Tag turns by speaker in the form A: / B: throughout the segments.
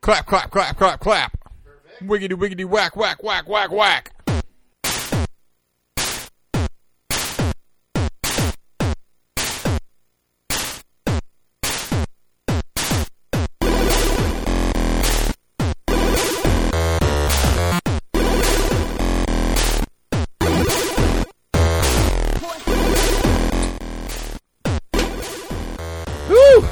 A: Clap, clap, clap, clap, clap. Wiggity, wiggity, whack, whack, whack, whack, whack.
B: Whew.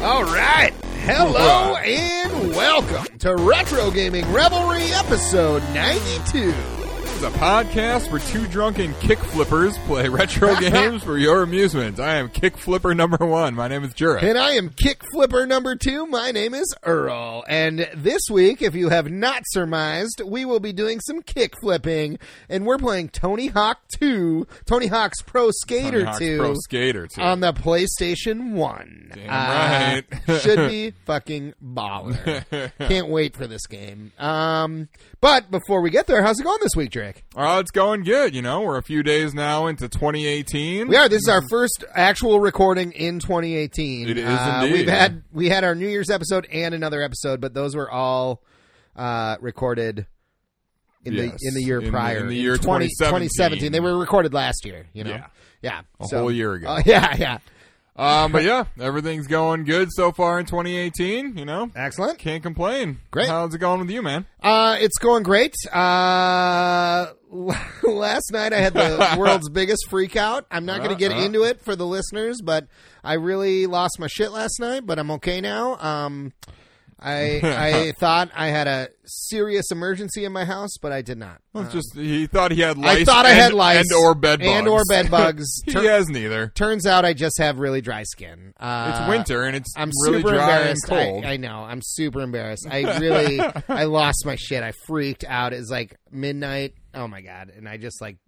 B: All right. Hello and welcome to Retro Gaming Revelry episode 92.
A: This is a podcast where two drunken kick flippers play retro games for your amusement. I am kick flipper number one. My name is Jura.
B: And I am Kick Flipper number two. My name is Earl. And this week, if you have not surmised, we will be doing some kick flipping. And we're playing Tony Hawk 2, Tony Hawk's Pro
A: Tony
B: Skater Um,
A: Hawk's
B: 2.
A: Pro Skater 2.
B: on the PlayStation 1.
A: Damn
B: Uh,
A: right.
B: should be fucking baller. Can't wait for this game. Um, but before we get there, how's it going this week, Drake?
A: oh, it's going good, you know. We're a few days now into 2018.
B: We are. This is our first actual recording in 2018.
A: It is
B: Uh,
A: indeed.
B: We've had we had our New Year's episode and another episode, but those were all uh, recorded in
A: Yes.
B: the in the year
A: In the-
B: prior,
A: in the year
B: 20
A: 2017.
B: 2017. They were recorded last year. You know,
A: Yeah.
B: yeah,
A: A whole year ago.
B: Oh, yeah, yeah.
A: Um, but yeah, everything's going good so far in 2018, you know.
B: Excellent.
A: Can't complain.
B: Great.
A: How's it going with you, man?
B: Uh, it's going great. Uh, last night I had the world's biggest freak out. I'm not going to get
A: Uh-uh.
B: into it for the listeners, but I really lost my shit last night, but I'm okay now. Um, I, I thought I had a serious emergency in my house, but I did not.
A: Well, it's just he thought he had lice.
B: I thought I
A: and-
B: had lice
A: and or bed bugs.
B: and or bed bugs.
A: he
B: Tur-
A: has neither.
B: Turns out I just have really dry skin. Uh,
A: It's winter and it's
B: I'm
A: really
B: super
A: dry and
B: embarrassed.
A: cold.
B: I, I know. I'm super embarrassed. I really, I lost my shit. I freaked out. It was like midnight. Oh my god! And I just like,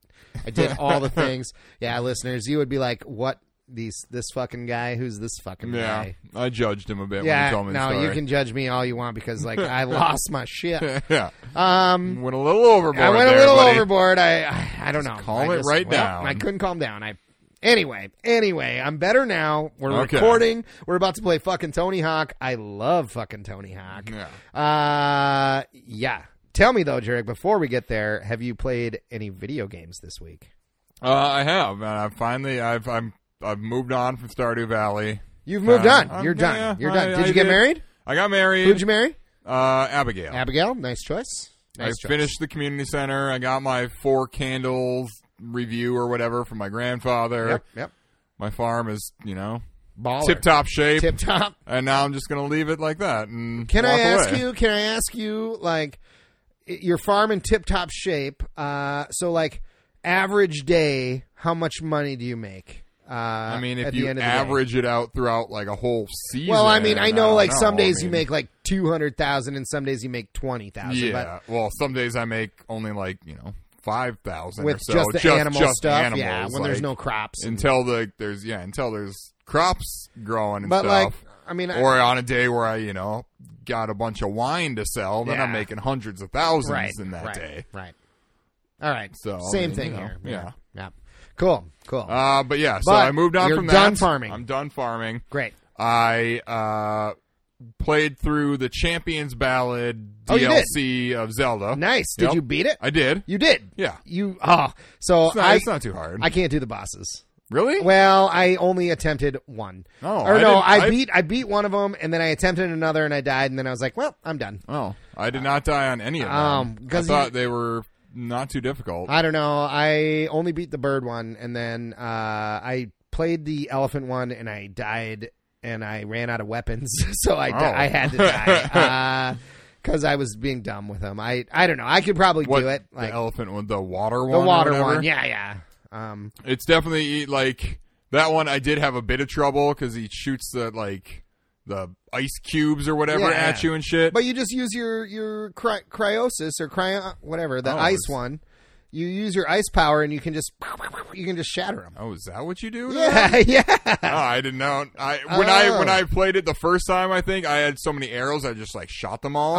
B: I did all the things. Yeah, listeners, you would be like, "What? These this fucking guy? Who's this fucking
A: yeah,
B: guy?"
A: I judged him a bit when he
B: Yeah.
A: told me the
B: No,
A: story.
B: you can judge me all you want because like I lost my shit.
A: yeah,
B: Um,
A: went a little overboard.
B: I went a
A: there,
B: little
A: buddy.
B: overboard. I I, I don't know.
A: calm
B: I
A: it right
B: well,
A: down.
B: I couldn't calm down. I anyway anyway. I'm better now. We're
A: Okay.
B: recording. We're about to play fucking Tony Hawk. I love fucking Tony Hawk.
A: Yeah.
B: Uh, yeah. Tell me though, Jarek. Before we get there, have you played any video games this week?
A: Uh, I have, and I finally, I've, I'm, I've moved on from Stardew Valley.
B: You've moved
A: Uh,
B: on.
A: I'm-
B: You're done.
A: yeah,
B: You're done.
A: I-
B: did
A: I
B: you get
A: did.
B: married?
A: I got married.
B: Who'd you marry?
A: uh, Abigail.
B: Abigail. Nice choice. Nice
A: I
B: choice.
A: finished the community center. I got my four candles review or whatever from my grandfather.
B: Yep. Yep.
A: My farm is, you know,
B: Baller.
A: tip top shape.
B: Tip top.
A: and now I'm just gonna leave it like that. And
B: Can
A: walk
B: I ask
A: away.
B: you? Can I ask you? Like, i- your farm in tip-top shape. Uh, so, like, average day, how much money do you make? Uh,
A: I mean,
B: at
A: if
B: the
A: you
B: end of the day?
A: average it out throughout like a whole season.
B: Well, I mean, I know
A: don't
B: like some
A: know.
B: days
A: I
B: you
A: mean,
B: make like two hundred thousand, and some days you make twenty thousand.
A: Yeah. Well, some days I make only like you know five thousand
B: but with
A: or so,
B: just the animal
A: just
B: stuff,
A: animals,
B: yeah. When there's
A: like,
B: no crops, and-
A: until the there's yeah until there's crops growing and
B: but like,
A: stuff.
B: I mean, I,
A: or on a day where I you know got a bunch of wine to sell, then I'm
B: Yeah.
A: making hundreds of thousands
B: right
A: in that
B: right,
A: day.
B: right? All right,
A: So, I
B: same
A: mean,
B: thing
A: you know,
B: here.
A: yeah.
B: yeah, cool, cool,
A: Uh, but yeah, so
B: But
A: I moved on
B: you're
A: from that.
B: done farming.
A: I'm done farming.
B: great.
A: I uh, played through the Champions Ballad
B: Oh, you did?
A: DLC of Zelda.
B: Nice. Did
A: Yep.
B: you beat it?
A: I did.
B: You did.
A: Yeah.
B: You oh, so
A: It's not,
B: I
A: it's not too hard.
B: I can't do the bosses.
A: really?
B: Well, I only attempted one.
A: Oh,
B: or
A: I
B: no,
A: didn't-
B: I,
A: I-
B: beat I beat one of them, and then I attempted another, and I died, and then I was like, well, I'm done.
A: oh, I did not die on any of them.
B: Um,
A: I
B: 'cause you-
A: thought they were not too difficult.
B: I don't know. I only beat the bird one, and then uh, I played the elephant one, and I died, and I ran out of weapons, so I di-
A: Oh.
B: I had to die because I was being dumb with them. I I don't know. I could probably
A: what
B: do it like
A: the elephant one, the water
B: the
A: one, or
B: water
A: whatever?
B: one. Yeah, yeah. Um,
A: It's definitely like that one. I did have a bit of trouble because he shoots the like the ice cubes or whatever
B: Yeah.
A: at you and shit.
B: But you just use your your cry- cryosis or cryo whatever the
A: Oh,
B: ice
A: it's-
B: one. You use your ice power and you can just you can just shatter them.
A: oh, is that what you do?
B: Yeah, yeah.
A: Oh, I didn't know. I when I
B: Oh.
A: when I played it the first time, I think I had so many arrows I just like shot them all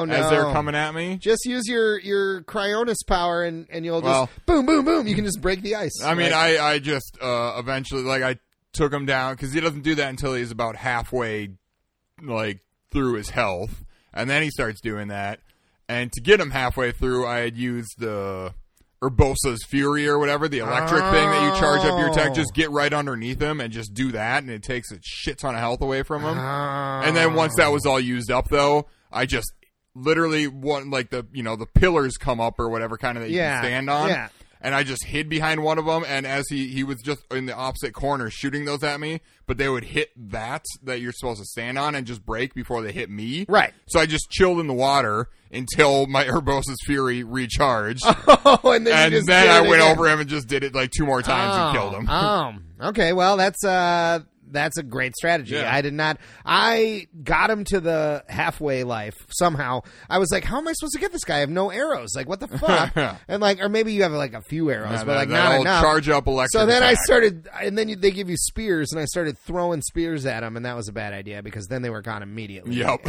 B: Oh no!
A: as they're coming at me.
B: just use your your cryonis power and and you'll just
A: Well-
B: boom boom boom. You can just break the ice.
A: I mean,
B: Like,
A: I I just uh, eventually like I took him down because he doesn't do that until he's about halfway like through his health, And then he starts doing that. And to get him halfway through, I had used the Urbosa's Fury or whatever, the electric thing that you charge up your tank.
B: Oh.
A: Just get right underneath him and just do that, and it takes a shit ton of health away from him.
B: and
A: And then
B: Oh.
A: once that was all used up, though, I just literally one like the you know the pillars come up or whatever kind of that you
B: Yeah,
A: can stand on.
B: yeah.
A: And I just hid behind one of them, and as he he was just in the opposite corner shooting those at me, but they would hit that that you're supposed to stand on and just break before they hit me.
B: Right.
A: So I just chilled in the water until my Urbosa's Fury recharged,
B: oh, and then, you
A: and
B: just
A: then
B: did
A: I
B: it
A: went
B: again.
A: over him and just did it like two more times and killed him.
B: oh, okay. Well, that's uh, that's a great strategy.
A: Yeah.
B: I did not. I got him to the halfway life somehow. I was like, how am I supposed to get this guy? I have no arrows. Like, what the fuck? and like, or maybe you have like a few arrows,
A: And
B: but
A: that-
B: like
A: that
B: not
A: old
B: enough.
A: charge up electric.
B: so then I
A: attack.
B: started, and then you, they give you spears, and I started throwing spears at him, and that was a bad idea because then they were gone immediately.
A: Yep.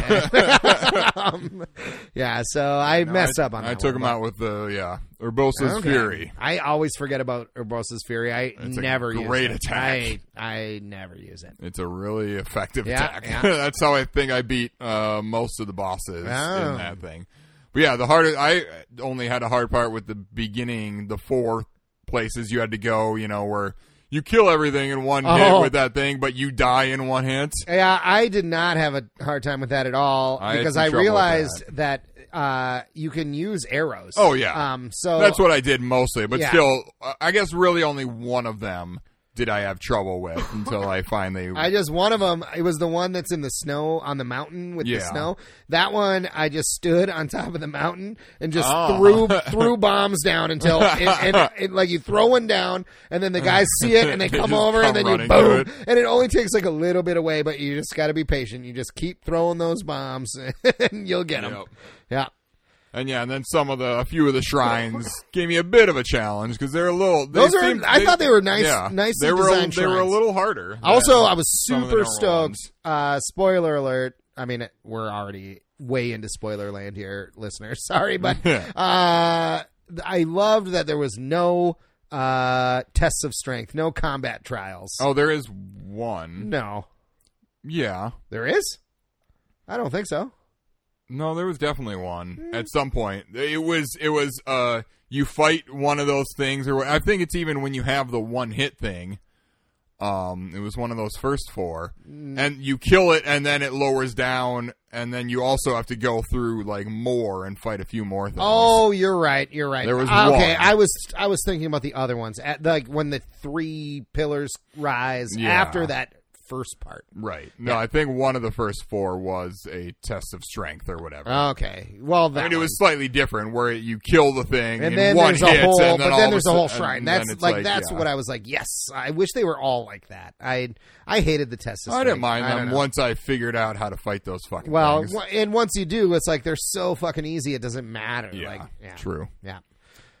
B: Um, yeah, so I messed
A: I,
B: up on that.
A: I took
B: one,
A: him
B: but-
A: out with the yeah Urbosa's
B: Okay.
A: Fury.
B: I always forget about Urbosa's Fury. I
A: It's a
B: never use
A: great
B: it.
A: attack.
B: I, I never use it.
A: It's a really effective
B: Yeah,
A: attack.
B: yeah.
A: That's how I think I beat uh, most of the bosses
B: Oh.
A: in that thing. But yeah, the hardest I only had a hard part with the beginning, the four places you had to go. You know where you kill everything in one
B: Oh.
A: hit with that thing, but you die in one hit.
B: Yeah, I did not have a hard time with that at all
A: I had
B: because
A: some
B: I
A: trouble with
B: realized that, uh, you can use arrows.
A: Oh, yeah.
B: Um. So
A: That's what I did mostly, but
B: Yeah.
A: still, I- I guess really only one of them did I have trouble with until I finally.
B: I just one of them. It was the one that's in the snow on the mountain with the
A: Yeah.
B: snow. That one, I just stood on top of the mountain and just
A: Oh.
B: threw threw bombs down until and, and, and, like you throw one down, and then the guys see it and they
A: They
B: come
A: just
B: over, and
A: come
B: then you
A: running to
B: boom,
A: it.
B: and it only takes like a little bit away, but you just got to be patient. You just keep throwing those bombs, and you'll get them.
A: Yep.
B: Yeah.
A: And yeah, and then some of the a few of the shrines gave me a bit of a challenge because they're a little. They
B: Those are-
A: seemed-
B: I thought they were nice- nicely
A: they were a,
B: designed
A: they were a
B: shrines.
A: little harder.
B: Also,
A: than
B: I was
A: some of the
B: super
A: normal
B: stoked.
A: ones.
B: Uh, spoiler alert. I mean, it- we're already way into spoiler land here, listeners. Sorry, but uh, I loved that there was no uh, tests of strength, no combat trials.
A: Oh, there is one.
B: No,
A: Yeah,
B: there is. I don't think so.
A: no, there was definitely one
B: Mm.
A: at some point. It was it was uh you fight one of those things or what- I think it's even when you have the one hit thing. Um, it was one of those first four,
B: Mm.
A: and you kill it, and then it lowers down, and then you also have to go through like more and fight a few more things.
B: Oh, you're right. You're right. Uh,
A: There was
B: okay.
A: one.
B: I was I was thinking about the other ones at like when the three pillars rise
A: Yeah.
B: after that first part.
A: Right. No, I think one of the first four was a test of strength or whatever.
B: Okay. Well, Oh, that
A: I mean, it
B: one.
A: was slightly different where you kill the thing in
B: and then
A: one
B: there's a
A: hit,
B: whole,
A: and then
B: but
A: all of
B: then there's a
A: sudden-
B: whole
A: and
B: shrine.
A: then
B: That's
A: it's
B: like, that's
A: yeah.
B: what I was like. Yes, I wish they were all like that. I I hated the test.
A: I didn't mind
B: don't
A: them
B: know.
A: once I figured out how to fight those fucking
B: Well,
A: things.
B: w- and once you do, it's like they're so fucking easy. It doesn't matter.
A: yeah,
B: Like, yeah,
A: true.
B: yeah.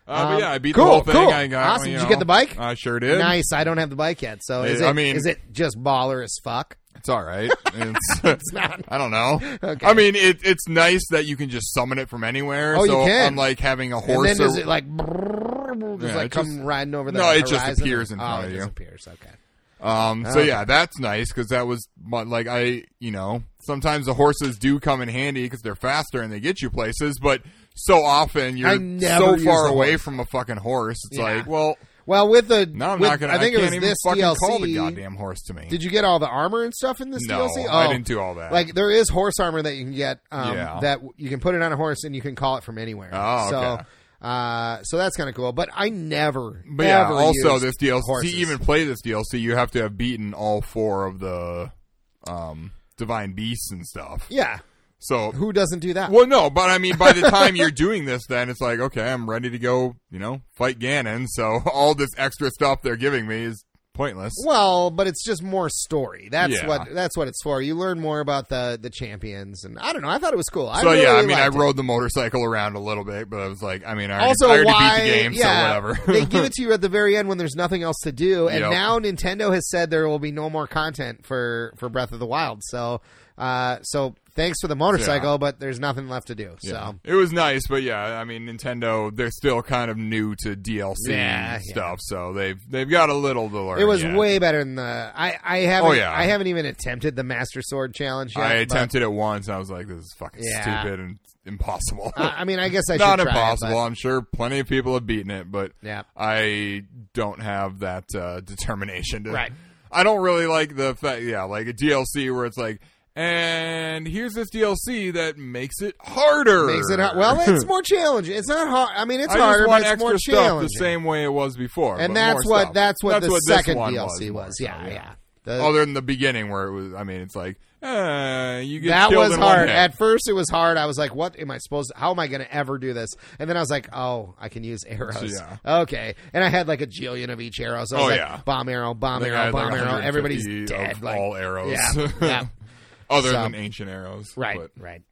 A: Uh, but
B: Um,
A: yeah, I beat
B: cool,
A: the whole thing.
B: cool.
A: I got,
B: Awesome. Did you get the bike?
A: I sure did.
B: Nice. I don't have the bike yet, so is it?
A: I mean-
B: is it just baller as fuck?
A: It's all right. It's, it's
B: not.
A: I don't know.
B: Okay.
A: I mean, it, it's nice that you can just summon it from anywhere.
B: Oh, you
A: so
B: can.
A: unlike having a
B: And
A: horse
B: then
A: or
B: is it like, brrrr, just
A: Yeah,
B: like
A: it
B: come
A: just-
B: riding over the
A: No, it just
B: horizon?
A: appears in
B: oh,
A: front of
B: it
A: you.
B: Just appears. Okay.
A: Um,
B: Ah.
A: so yeah, that's nice because that was my, like I, you know, sometimes the horses do come in handy because they're faster and they get you places, but so often
B: I
A: you're
B: never
A: so
B: use
A: far
B: the
A: away
B: horse.
A: from a fucking horse. It's
B: Yeah.
A: like, well,
B: Well, with the
A: now I'm
B: with-
A: not gonna.
B: I think it
A: can't
B: was
A: even
B: this
A: fucking
B: DLC.
A: call the goddamn horse to me.
B: Did you get all the armor and stuff in this
A: no,
B: DLC?
A: I
B: Oh.
A: didn't do all that.
B: Like there is horse armor that you can get um,
A: Yeah.
B: that w- you can put it on a horse and you can call it from anywhere.
A: Oh,
B: so
A: okay.
B: uh, so that's kind of cool. But I never,
A: but yeah,
B: ever
A: also
B: used
A: this DLC
B: horses.
A: to even play this DLC, you have to have beaten all four of the um, divine beasts and stuff.
B: yeah,
A: So
B: who doesn't do that?
A: Well, no, but I mean, by the time you're doing this, then it's like, okay, I'm ready to go, you know, fight Ganon. So all this extra stuff they're giving me is pointless.
B: Well, but it's just more story. That's
A: Yeah.
B: what that's what it's for. You learn more about the the champions, and I don't know. I thought it was cool. I
A: so
B: really
A: yeah, I mean, I
B: liked it.
A: rode the motorcycle around a little bit, but I was like, I mean, I already,
B: also
A: I already
B: why
A: beat the game,
B: yeah,
A: so whatever.
B: they give it to you at the very end when there's nothing else to do and
A: Yep.
B: now nintendo has said there will be no more content for for breath of the wild so Uh, so thanks for the motorcycle, but there's nothing left to do.
A: Yeah.
B: So
A: It was nice, but yeah, I mean Nintendo they're still kind of new to DLC
B: Yeah, yeah.
A: stuff, so they've they've got a little to learn.
B: it was
A: yet.
B: way better than the. I I haven't
A: Oh, yeah.
B: I haven't even attempted the Master Sword challenge yet.
A: I
B: but-
A: attempted it once and I was like, This is fucking
B: Yeah.
A: stupid and impossible.
B: I, I mean, I guess I
A: Not
B: should try it,
A: impossible.
B: but-
A: I'm sure plenty of people have beaten it, but
B: yeah.
A: I don't have that uh, determination to.
B: Right.
A: I don't really like the fact, yeah, like a DLC where it's like, and here's this DLC that makes it harder.
B: Makes it hard. Well, it's more challenging. It's not hard. I mean, it's
A: I
B: harder,
A: just want
B: but it's
A: extra
B: more
A: stuff the
B: challenging.
A: same way it was before. but
B: and that's
A: more
B: what
A: stuff.
B: that's what the
A: this
B: second
A: one
B: DLC was.
A: more Oh, so,
B: yeah, yeah. The-
A: Other than the beginning where it was, I mean, it's like, eh, you get
B: that
A: killed
B: was
A: in one
B: hard.
A: hit.
B: At first, it was hard. I was like, "What am I supposed? to- how am I going to ever do this?" And then I was like, "Oh, I can use arrows."
A: Yeah.
B: Okay. And I had like a jillion of each arrow. So I was
A: Oh,
B: like,
A: yeah.
B: bomb arrow, bomb
A: I think I
B: arrow,
A: had like
B: bomb arrow.
A: 150
B: Everybody's
A: of
B: dead. Like
A: all arrows.
B: Yeah, yeah.
A: Other
B: So-
A: than ancient arrows,
B: right,
A: but-
B: right.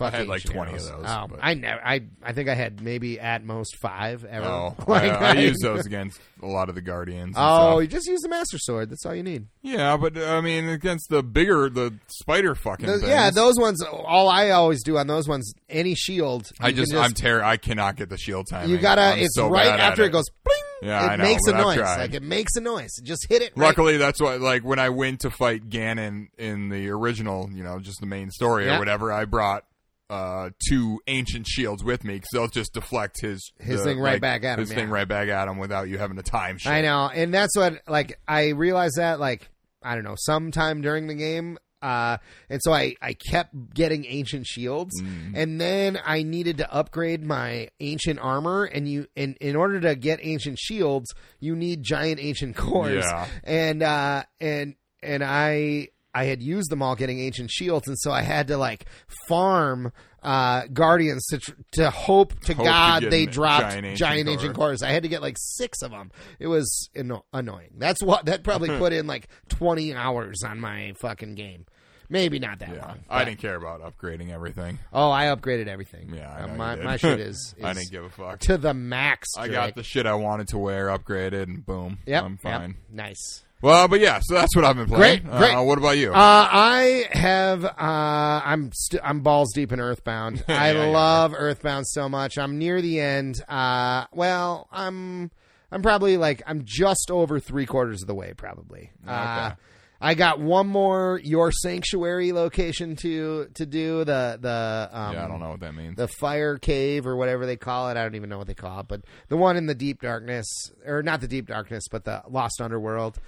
A: I had
B: Fucking
A: like 20 of
B: arrows.
A: those,
B: Oh,
A: but-
B: I never. I I think I had maybe at most five ever.
A: Oh,
B: Like,
A: I, I use those against a lot of the guardians. and
B: Oh,
A: stuff.
B: you just use the master sword. That's all you need.
A: yeah, but I mean against the bigger the spider fucking.
B: Those-
A: things,
B: yeah, those ones. All I always do on those ones, any shield.
A: I
B: you can
A: just, I'm terror. I cannot get the shield timing.
B: you gotta.
A: I'm
B: it's
A: so
B: right
A: bad at
B: after it.
A: it
B: goes. Bling,
A: Yeah,
B: it
A: I know,
B: makes a
A: but I've
B: noise.
A: tried.
B: Like it makes a noise. Just hit it. right-
A: Luckily, that's why. Like when I went to fight Ganon in the original, you know, just the main story
B: Yeah.
A: or whatever, I brought uh two ancient shields with me because they'll just deflect his
B: His
A: the,
B: thing right
A: like,
B: back at
A: his
B: him,
A: thing
B: yeah.
A: right back at him without you having to time. Shit.
B: I know, and that's what like I realized that like I don't know sometime during the game. Uh, and so I, I kept getting ancient shields
A: Mm-hmm.
B: and then I needed to upgrade my ancient armor and you, and in order to get ancient shields, you need giant ancient cores.
A: Yeah.
B: and uh and and i i had used them all getting ancient shields and so i had to like farm uh guardians to tr- to hope to
A: Hope to
B: god
A: get
B: they
A: an-
B: dropped
A: giant
B: giant
A: ancient
B: ancient,
A: core.
B: cores i had to get like six of them it was anno- annoying that's what that probably
A: Hmm.
B: put in like 20 hours on my fucking game maybe not that
A: Yeah,
B: long
A: I
B: but-
A: didn't care about upgrading everything.
B: oh i upgraded everything
A: Yeah, I
B: Uh,
A: know you
B: my,
A: did.
B: my shit is,
A: I
B: is
A: didn't give a fuck.
B: to the max
A: I
B: Drake.
A: got the shit I wanted to wear upgraded, and boom,
B: yep
A: I'm
B: yep.
A: fine.
B: nice
A: Well, but yeah, so that's what I've been playing.
B: Great, great.
A: Uh, what about you?
B: Uh, I have. Uh, I'm st- I'm balls deep in Earthbound. I
A: Yeah, yeah,
B: love Earthbound so much. I'm near the end. Uh, well, I'm I'm probably like I'm just over three quarters of the way probably. Uh,
A: Okay.
B: I got one more your sanctuary location to to do the the um,
A: yeah, I don't know what that means.
B: the fire cave or whatever they call it. I don't even know what they call it, but the one in the deep darkness or not the deep darkness, but the lost underworld.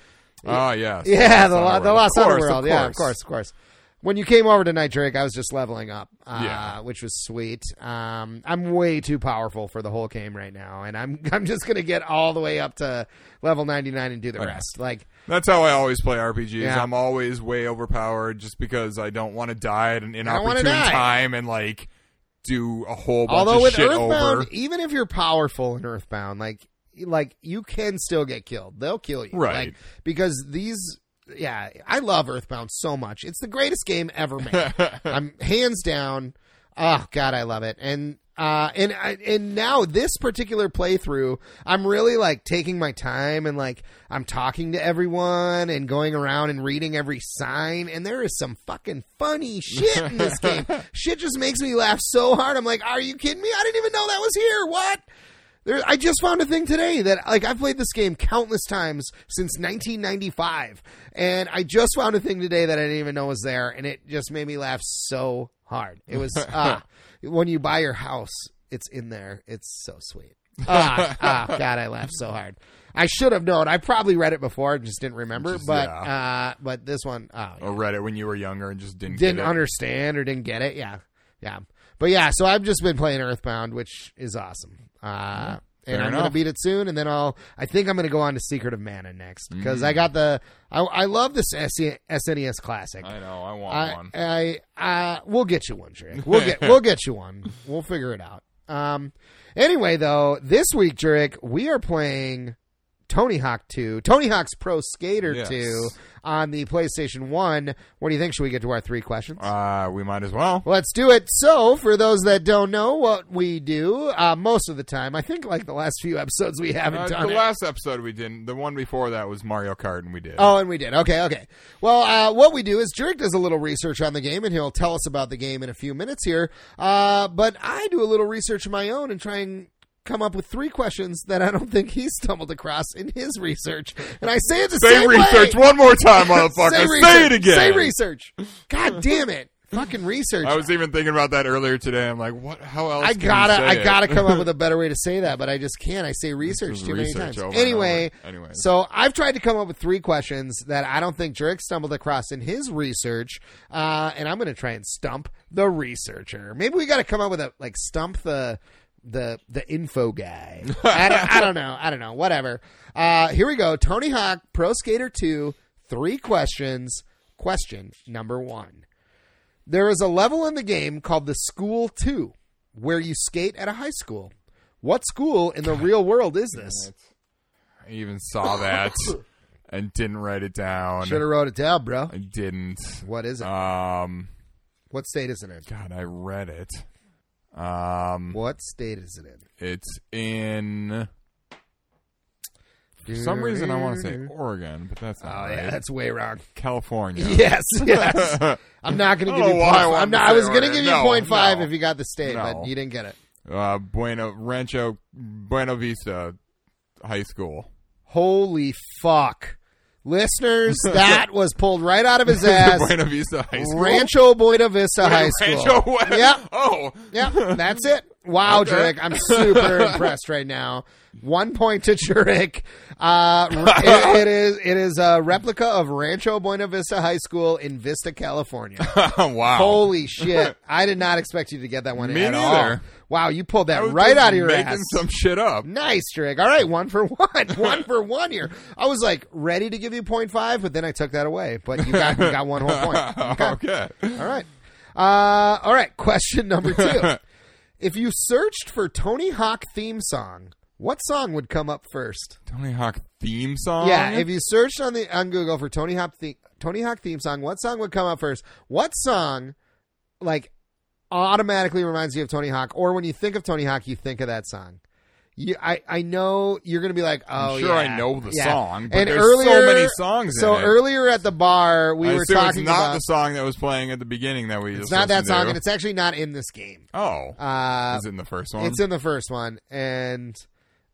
A: Oh yes.
B: Yeah, the, lo-
A: Lost
B: the Lost
A: Underworld. Of
B: Underworld.
A: course,
B: Yeah, of course, of course. When you came over tonight, Drake, I was just leveling up, uh,
A: Yeah.
B: which was sweet. Um, I'm way too powerful for the whole game right now, and I'm I'm just gonna get all the way up to level 99 and do the rest. Like,
A: That's how I always play RPGs.
B: Yeah.
A: I'm always way overpowered just because I don't want to die at an
B: don't wanna
A: inopportune
B: die.
A: time and like do a whole bunch
B: although
A: of
B: with
A: shit
B: Earthbound,
A: over.
B: even if you're powerful in Earthbound, like like you can still get killed. They'll kill you,
A: Right.
B: Like, because these. Yeah, I love Earthbound so much. It's the greatest game ever made. I'm hands down. Oh God, I love it. And uh, and I, and now this particular playthrough, I'm really like taking my time and like I'm talking to everyone and going around and reading every sign. And there is some fucking funny shit in this game. shit just makes me laugh so hard. I'm like, are you kidding me? I didn't even know that was here. What? There, I just found a thing today that like I've played this game countless times since 1995, and I just found a thing today that I didn't even know was there, and it just made me laugh so hard. It was ah, when you buy your house, it's in there. It's so sweet. Ah, ah, God, I laughed so hard. I should have known. I probably read it before, I just didn't remember.
A: Just-
B: but
A: yeah.
B: uh, but this one, oh,
A: Or read it when you were younger and just didn't
B: didn't
A: get it.
B: understand or didn't get it. Yeah, yeah. But yeah, so I've just been playing Earthbound, which is awesome. Uh,
A: Fair
B: and I'm
A: enough.
B: gonna beat it soon, and then I'll. I think I'm gonna go on to Secret of Mana next because
A: Mm.
B: I got the. I, I love this E SE SNES classic.
A: I know. I want
B: I,
A: one.
B: I, uh, we'll get you one, Jurek. We'll get, we'll get you one. We'll figure it out. Um, anyway, though, this week, Jurek, we are playing Tony Hawk 2, Tony Hawk's Pro Skater
A: Yes.
B: 2 on the PlayStation 1. What do you think? Should we get to our three questions?
A: Uh, we might as well.
B: Let's do it. So, for those that don't know what we do, uh, most of the time, I think like the last few episodes we haven't
A: Uh,
B: done
A: the
B: it.
A: last episode we didn't. The one before that was Mario Kart, and we did.
B: Oh, and we did. Okay, okay. Well, uh, what we do is Jerk does a little research on the game, and he'll tell us about the game in a few minutes here. Uh, but I do a little research of my own and try and come up with three questions that I don't think he stumbled across in his research. And I say it the
A: say
B: same way.
A: research one more time, motherfucker.
B: Say
A: say,
B: research.
A: it again.
B: Say research. God damn it. Fucking research.
A: I was even thinking about that earlier today. I'm like, what? How else?
B: I
A: can you
B: gotta,
A: say
B: I
A: it?
B: gotta come up with a better way to say that, but I just can't. I say research
A: Just
B: too
A: research
B: many
A: over and
B: times. Anyway,
A: over. Anyway.
B: so I've tried to come up with three questions that I don't think Jerick stumbled across in his research, uh, and I'm gonna try and stump the researcher. Maybe we gotta come up with a like stump the the the info guy. I, don't, I don't know. I don't know. Whatever. Uh, here we go. Tony Hawk Pro Skater Two. Three questions. Question number one. There is a level in the game called the School 2, where you skate at a high school. What school in the real world is this?
A: I even saw that and didn't write it down.
B: Should have wrote it down, bro.
A: I didn't.
B: What is it?
A: Um,
B: What state is it in?
A: God, I read it. Um,
B: What state is it in?
A: it's in. For some reason, I want to say Oregon, but that's not
B: Oh
A: right.
B: yeah, that's way wrong.
A: California.
B: Yes, yes. I'm not going
A: I
B: to
A: don't
B: give you.
A: know
B: Point
A: why I
B: five.
A: wanted
B: I'm
A: to
B: not. I
A: say
B: was going to
A: Oregon.
B: give you
A: No,
B: point five
A: no.
B: if you got the state,
A: No.
B: but you didn't get it.
A: uh, Bueno Rancho Buena Vista High School.
B: Holy fuck, listeners! that was pulled right out of his ass.
A: Buena Vista High School.
B: Rancho Buena Vista High School.
A: Rancho Buena-
B: Yep.
A: Oh.
B: Yeah, that's it. Wow,
A: Okay.
B: Jurek, I'm super impressed right now. One point to Jurek. Uh, it, it is it is a replica of Rancho Buena Vista High School in Vista, California.
A: Oh. wow.
B: Holy shit! I did not expect you to get that one
A: Me
B: at all.
A: neither.
B: Wow, you pulled
A: I
B: that
A: was
B: right
A: just
B: out of your
A: making
B: ass.
A: some shit up.
B: Nice, Jurek. All right, one for one, one for one here. I was like ready to give you point five, but then I took that away. But you got you got one whole point. Okay.
A: okay.
B: All right. Uh, all right. Question number two. if you searched for Tony Hawk theme song, what song would come up first?
A: Tony Hawk theme song.
B: yeah. If you searched on the on Google for Tony Hawk the, Tony Hawk theme song, what song would come up first? What song, like, automatically reminds you of Tony Hawk, or when you think of Tony Hawk, you think of that song? You, I, I know you're gonna be like, oh,
A: I'm sure
B: yeah,
A: I know the
B: yeah.
A: song, but
B: and
A: there's
B: earlier,
A: so many songs.
B: So
A: in it.
B: earlier at the bar, we
A: I
B: were
A: assume
B: talking
A: it's not
B: about
A: the song that was playing at the beginning that we.
B: it's not that song, and it's actually not in this game.
A: oh,
B: Uh,
A: is it in the first one?
B: it's in the first one, and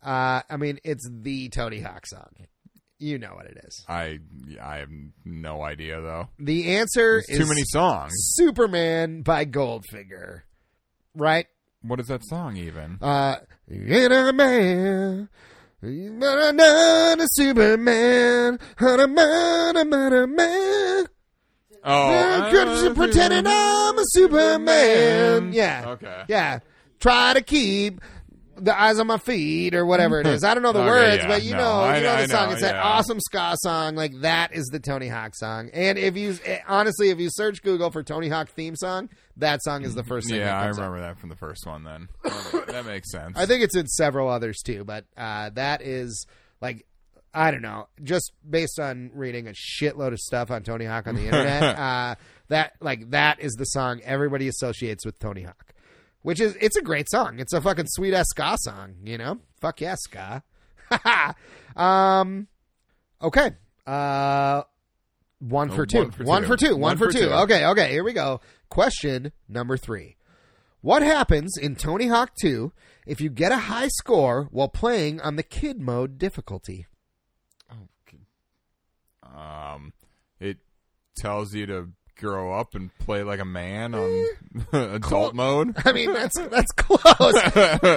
B: uh, I mean it's the Tony Hawk song. You know what it is.
A: I I have no idea though.
B: The answer
A: It's
B: is
A: too many songs.
B: Superman by Goldfinger, right?
A: What is that song even?
B: Uh, in a man. But I'm not a Superman, I'm a man, I'm not a man.
A: Oh,
B: I'm just pretending I'm a Superman. Yeah,
A: Okay.
B: yeah. Try to keep the eyes on my feet or whatever it is. I don't know the
A: Okay,
B: words,
A: yeah.
B: but you
A: No,
B: know,
A: I-
B: you know the
A: I
B: song.
A: know,
B: It's that
A: yeah.
B: awesome ska song. Like that is the Tony Hawk song. And if you eh, honestly, if you search Google for Tony Hawk theme song, that song is the first thing. that
A: Yeah, I
B: comes up.
A: remember that from the first one. Then Okay, that makes sense.
B: I think it's in several others too, but uh, that is like I don't know, just based on reading a shitload of stuff on Tony Hawk on the internet, uh, that like that is the song everybody associates with Tony Hawk, which is it's a great song. It's a fucking sweet ass ska song, you know. Fuck yeah, ska. um, okay. Uh, one
A: Uh,
B: for two. Oh, One for two. One for two. Okay, okay, here we go. Question number three. What happens in Tony Hawk 2 if you get a high score while playing on the kid mode difficulty?
A: Oh, Um, it tells you to grow up and play like a man on
B: Eh,
A: adult mode.
B: I mean, that's that's close.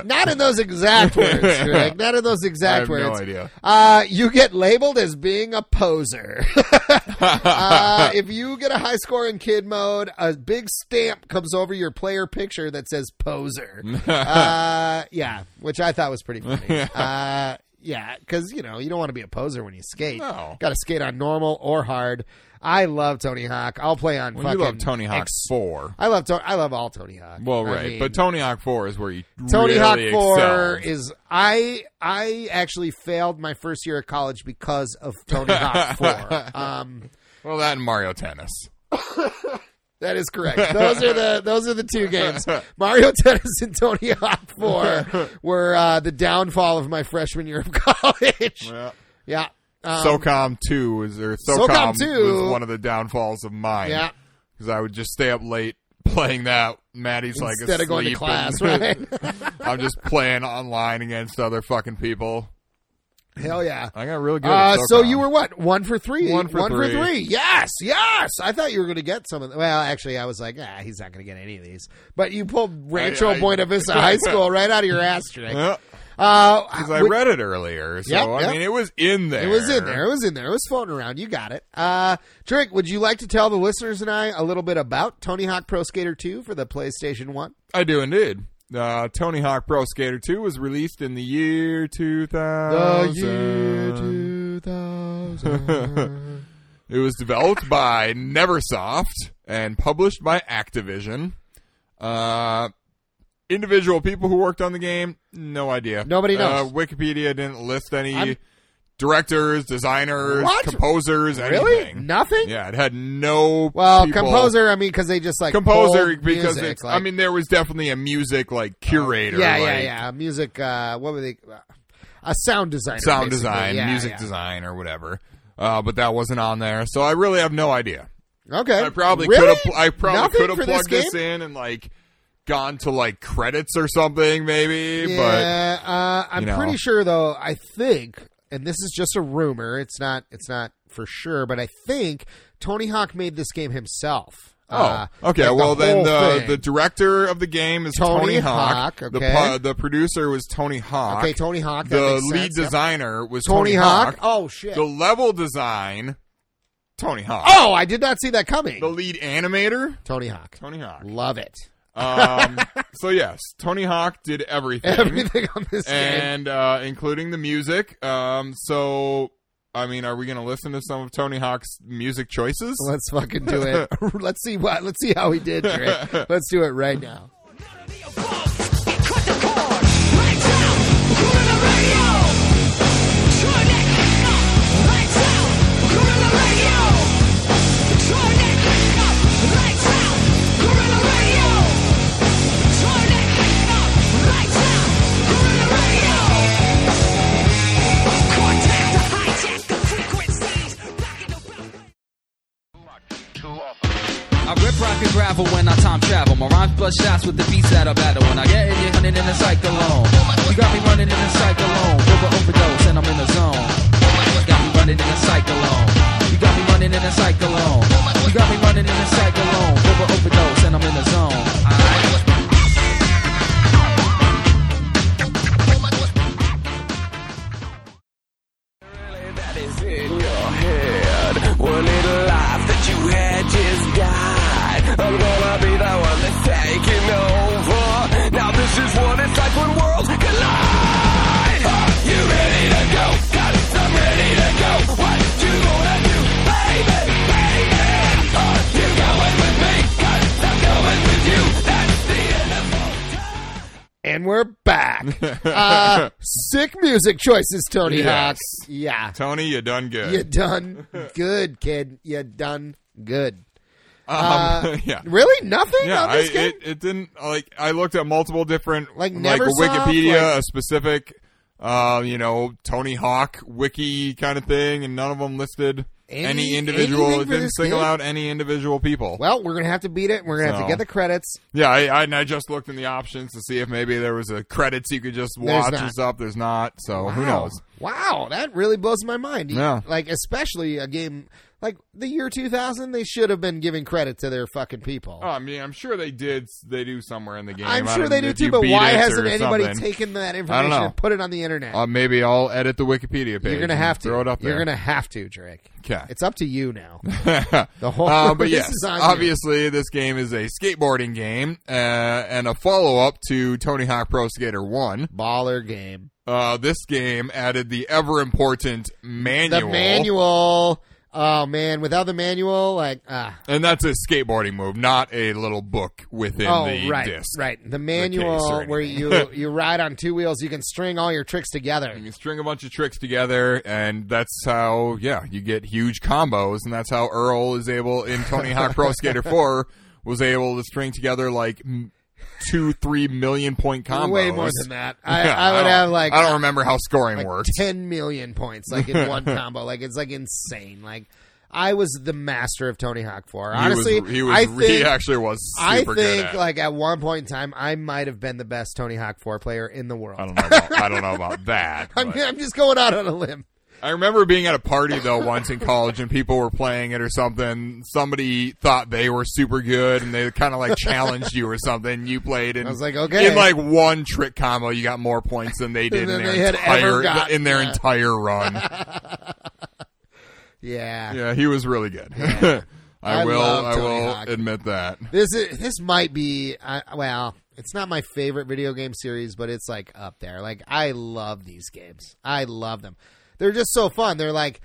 B: Not in those exact words, Greg. Not in those
A: I
B: exact
A: have
B: words.
A: no idea.
B: Uh, you get labeled as being a poser. uh, if you get a high score in kid mode, a big stamp comes over your player picture that says poser. Uh, yeah, which I thought was pretty funny. Uh, yeah, because you know you don't want to be a poser when you skate.
A: No.
B: Got to skate on normal or hard. I love Tony Hawk. I'll play on.
A: Well,
B: fucking
A: you love Tony Hawk
B: X-
A: Four.
B: I love Tony. I love all Tony Hawk.
A: Well,
B: I
A: right,
B: mean,
A: but Tony Hawk Four is where you
B: Tony
A: really
B: Hawk Four
A: excelled.
B: is I I actually failed my first year of college because of Tony Hawk Four. Um,
A: Well, that and Mario Tennis.
B: that is correct. Those are the those are the two games. Mario Tennis and Tony Hawk Four were uh, the downfall of my freshman year of college. Yeah. Um,
A: SOCOM two is or SOCOM,
B: SOCOM 2
A: was one of the downfalls of mine.
B: Yeah.
A: because I would just stay up late playing that. Maddie's like
B: Instead of going to
A: asleep
B: class,
A: and- I'm just playing online against other fucking people.
B: Hell yeah.
A: I got really good.
B: Uh,
A: at
B: so
A: SOCOM.
B: you were what one for three?
A: One for three.
B: Yes, yes. I thought you were going to get some of. The, well, actually, I was like, ah, he's not going to get any of these. But you pulled Rancho
A: I- I-
B: Buena Vista High School right out of your ass today.
A: Yeah,
B: Uh,
A: 'cause I
B: we-
A: read it earlier, so
B: Yep, yep.
A: I mean it was in there.
B: it was in there. It was in there. It was floating around. You got it. Uh, Drake, would you like to tell the listeners and I a little bit about Tony Hawk Pro Skater Two for the PlayStation One?
A: I do indeed. Uh, Tony Hawk Pro Skater 2 was released in the year 2000.
B: two thousand.
A: It was developed by Neversoft and published by Activision. Uh, individual people who worked on the game, no idea.
B: Nobody knows.
A: Uh, Wikipedia didn't list any
B: I'm-
A: directors, designers,
B: What?
A: composers,
B: really?
A: anything.
B: Nothing.
A: Yeah, it had no.
B: Well,
A: people-
B: composer. I mean, because they just like
A: composer
B: pulled
A: because
B: music,
A: it's. I
B: like-
A: mean, there was definitely a music like curator.
B: Yeah, yeah,
A: like,
B: yeah. Music. Uh, what were they? A sound designer.
A: sound
B: basically.
A: design,
B: Yeah,
A: music
B: yeah.
A: design, or whatever. Uh, but that wasn't on there, so I really have no idea.
B: Okay.
A: I probably
B: really?
A: could have. I probably
B: Nothing
A: could
B: for
A: have
B: this
A: plugged this,
B: game?
A: in and like gone to like credits or something, maybe.
B: Yeah, uh, I'm
A: you know.
B: pretty sure though. I think, and this is just a rumor. It's not. It's not for sure, but I think Tony Hawk made this game himself.
A: But
B: Uh,
A: oh, okay.
B: like
A: well, then
B: whole
A: the
B: thing.
A: the director of the game is
B: Tony
A: Tony, Hawk.
B: Hawk,
A: The
B: okay.
A: pu- the producer was Tony Hawk.
B: okay, Tony Hawk. that
A: the
B: makes
A: lead
B: sense, yeah.
A: designer was
B: Tony, Hawk. Oh shit.
A: The level design, Tony Hawk.
B: oh, I did not see that coming.
A: The lead animator,
B: Tony Hawk.
A: Tony Hawk.
B: Love it.
A: Um, so yes, Tony Hawk did everything.
B: Everything on this game.
A: and uh, including the music. Um, so, I mean, are we going to listen to some of Tony Hawk's music choices?
B: Let's fucking do it. Let's see what. Let's see how we did, Drake. Let's do it right now.
C: I rip rock and gravel when I time travel. My rhymes blood shots with the beats that I battle. When I get in, you're running in a cyclone. You got me running in a cyclone. Over overdose and I'm in the zone. You got me running in a cyclone. You got me running in a cyclone. You got me running in a cyclone. Over overdose and I'm in the zone.
D: that is in your head. One little life that you had just died. I'm gonna be the one that's taking over. Now this is what it's like when worlds collide. Are you ready to go? i I'm ready to go. What you gonna do, baby? Baby, are you going with me? i I'm going with you. That's the end of
B: And we're back. Uh, sick music choices, Tony
A: Yes.
B: Hawk. Yeah,
A: Tony, you done good.
B: you done good, kid. You done good.
A: Um,
B: Uh,
A: yeah.
B: Really, nothing
A: Yeah,
B: on
A: I,
B: this game.
A: it, it didn't like I looked at multiple different
B: Like Neversoft,
A: Wikipedia,
B: like-
A: a specific, uh, you know, Tony Hawk wiki kind of thing, and none of them listed
B: Any-
A: any, individual.
B: anything
A: It
B: for
A: didn't
B: this
A: single
B: game?
A: out any individual people.
B: well, we're gonna have to beat it. We're gonna have
A: So.
B: to get the credits.
A: Yeah, I, I, and I just looked in the options to see if maybe there was a credits you could just watch
B: not.
A: and stuff. There's not, so who
B: Wow.
A: knows?
B: Wow, that really blows my mind. You-
A: Yeah.
B: Like especially a game Like the year 2000, they should have been giving credit to their fucking people.
A: Oh, I mean, I'm sure they did. They do somewhere in the game.
B: I'm
A: I
B: sure
A: don't-
B: they do
A: if
B: too,
A: you
B: but
A: beat
B: why
A: it or
B: hasn't anybody
A: something.
B: taken that information
A: know.
B: and put it on the internet?
A: Uh, maybe I'll edit the Wikipedia page.
B: you're gonna
A: and
B: have to
A: throw it up there.
B: You're gonna have to, Drake.
A: 'Kay.
B: It's up to you now.
A: the
B: whole-
A: uh, but
B: Oh, this
A: yes,
B: is on you.
A: obviously this game is a skateboarding game uh, and a follow up to Tony Hawk Pro Skater One.
B: Baller game.
A: Uh, this game added the ever important manual,
B: The manual. Oh man, without the manual, like ah.
A: and that's a skateboarding move, not a little book within
B: oh
A: the
B: right,
A: disc.
B: right.
A: case
B: The manual
A: or
B: where you you ride on two wheels, you can string all your tricks together.
A: You can string a bunch of tricks together, and that's how, yeah, you get huge combos, and that's how Earl is able, in Tony Hawk Pro Skater 4, was able to string together like m- two, three million point combos.
B: Way more than that. I,
A: Yeah,
B: I would
A: don't-
B: have like
A: I don't remember how scoring
B: like
A: works.
B: 10 million points like in one combo like it's like insane like i was the master of tony hawk 4 honestly
A: he was, he, was,
B: i
A: re- he
B: think
A: actually was super
B: i
A: good
B: think
A: at. it.
B: like at one point in time i might have been the best tony hawk 4 player in the world
A: I don't know. About, I don't know about that.
B: I'm,
A: but-
B: I'm just going out on a limb
A: I remember being at a party though once in college and people were playing it or something. Somebody thought they were super good and they kind of like challenged you or something. You played and
B: I was like, okay.
A: in like one trick combo, you got more points than they did
B: Than
A: in their
B: they had ever
A: entire
B: gotten,
A: in their
B: yeah.
A: entire run.
B: yeah,
A: yeah, he was really good. I,
B: I
A: will
B: love
A: I
B: Tony
A: will
B: Hawk.
A: admit that.
B: this is this might be I well it's not my favorite video game series but it's like up there like i love these games i love them they're just so fun they're like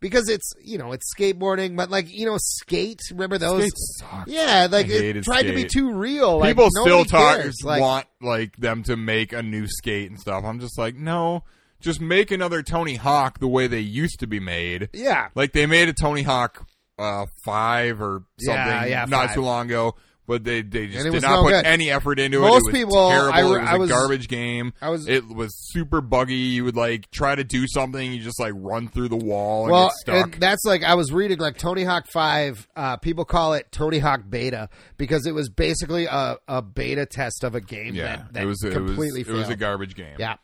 B: because it's you know it's skateboarding but like you know skate remember those
A: Skate sucked.
B: Yeah, like
A: I
B: it
A: hated
B: tried to be
A: skate.
B: too real. Like,
A: People
B: nobody
A: still talk
B: cares. Like,
A: want like them to make a new skate and stuff. I'm just like, no, just make another Tony Hawk the way they used to be made.
B: yeah,
A: Like they made a Tony Hawk uh, five or something
B: Yeah, yeah,
A: not
B: five.
A: too long ago, but they they
B: it
A: just did
B: was
A: not
B: no
A: put
B: good.
A: any effort into
B: Most
A: it. It was
B: people-
A: terrible.
B: I re-
A: it was
B: I
A: a
B: was-
A: garbage game.
B: I was-
A: it was super buggy. You would like try to do something, you just like run through the wall and
B: well,
A: get stuck.
B: and that's like I was reading like Tony Hawk Five. Uh, people call it Tony Hawk Beta because it was basically a, a beta test of a game
A: yeah,
B: that, that
A: it was
B: completely
A: it was, it was a
B: failed.
A: garbage game.
B: yeah.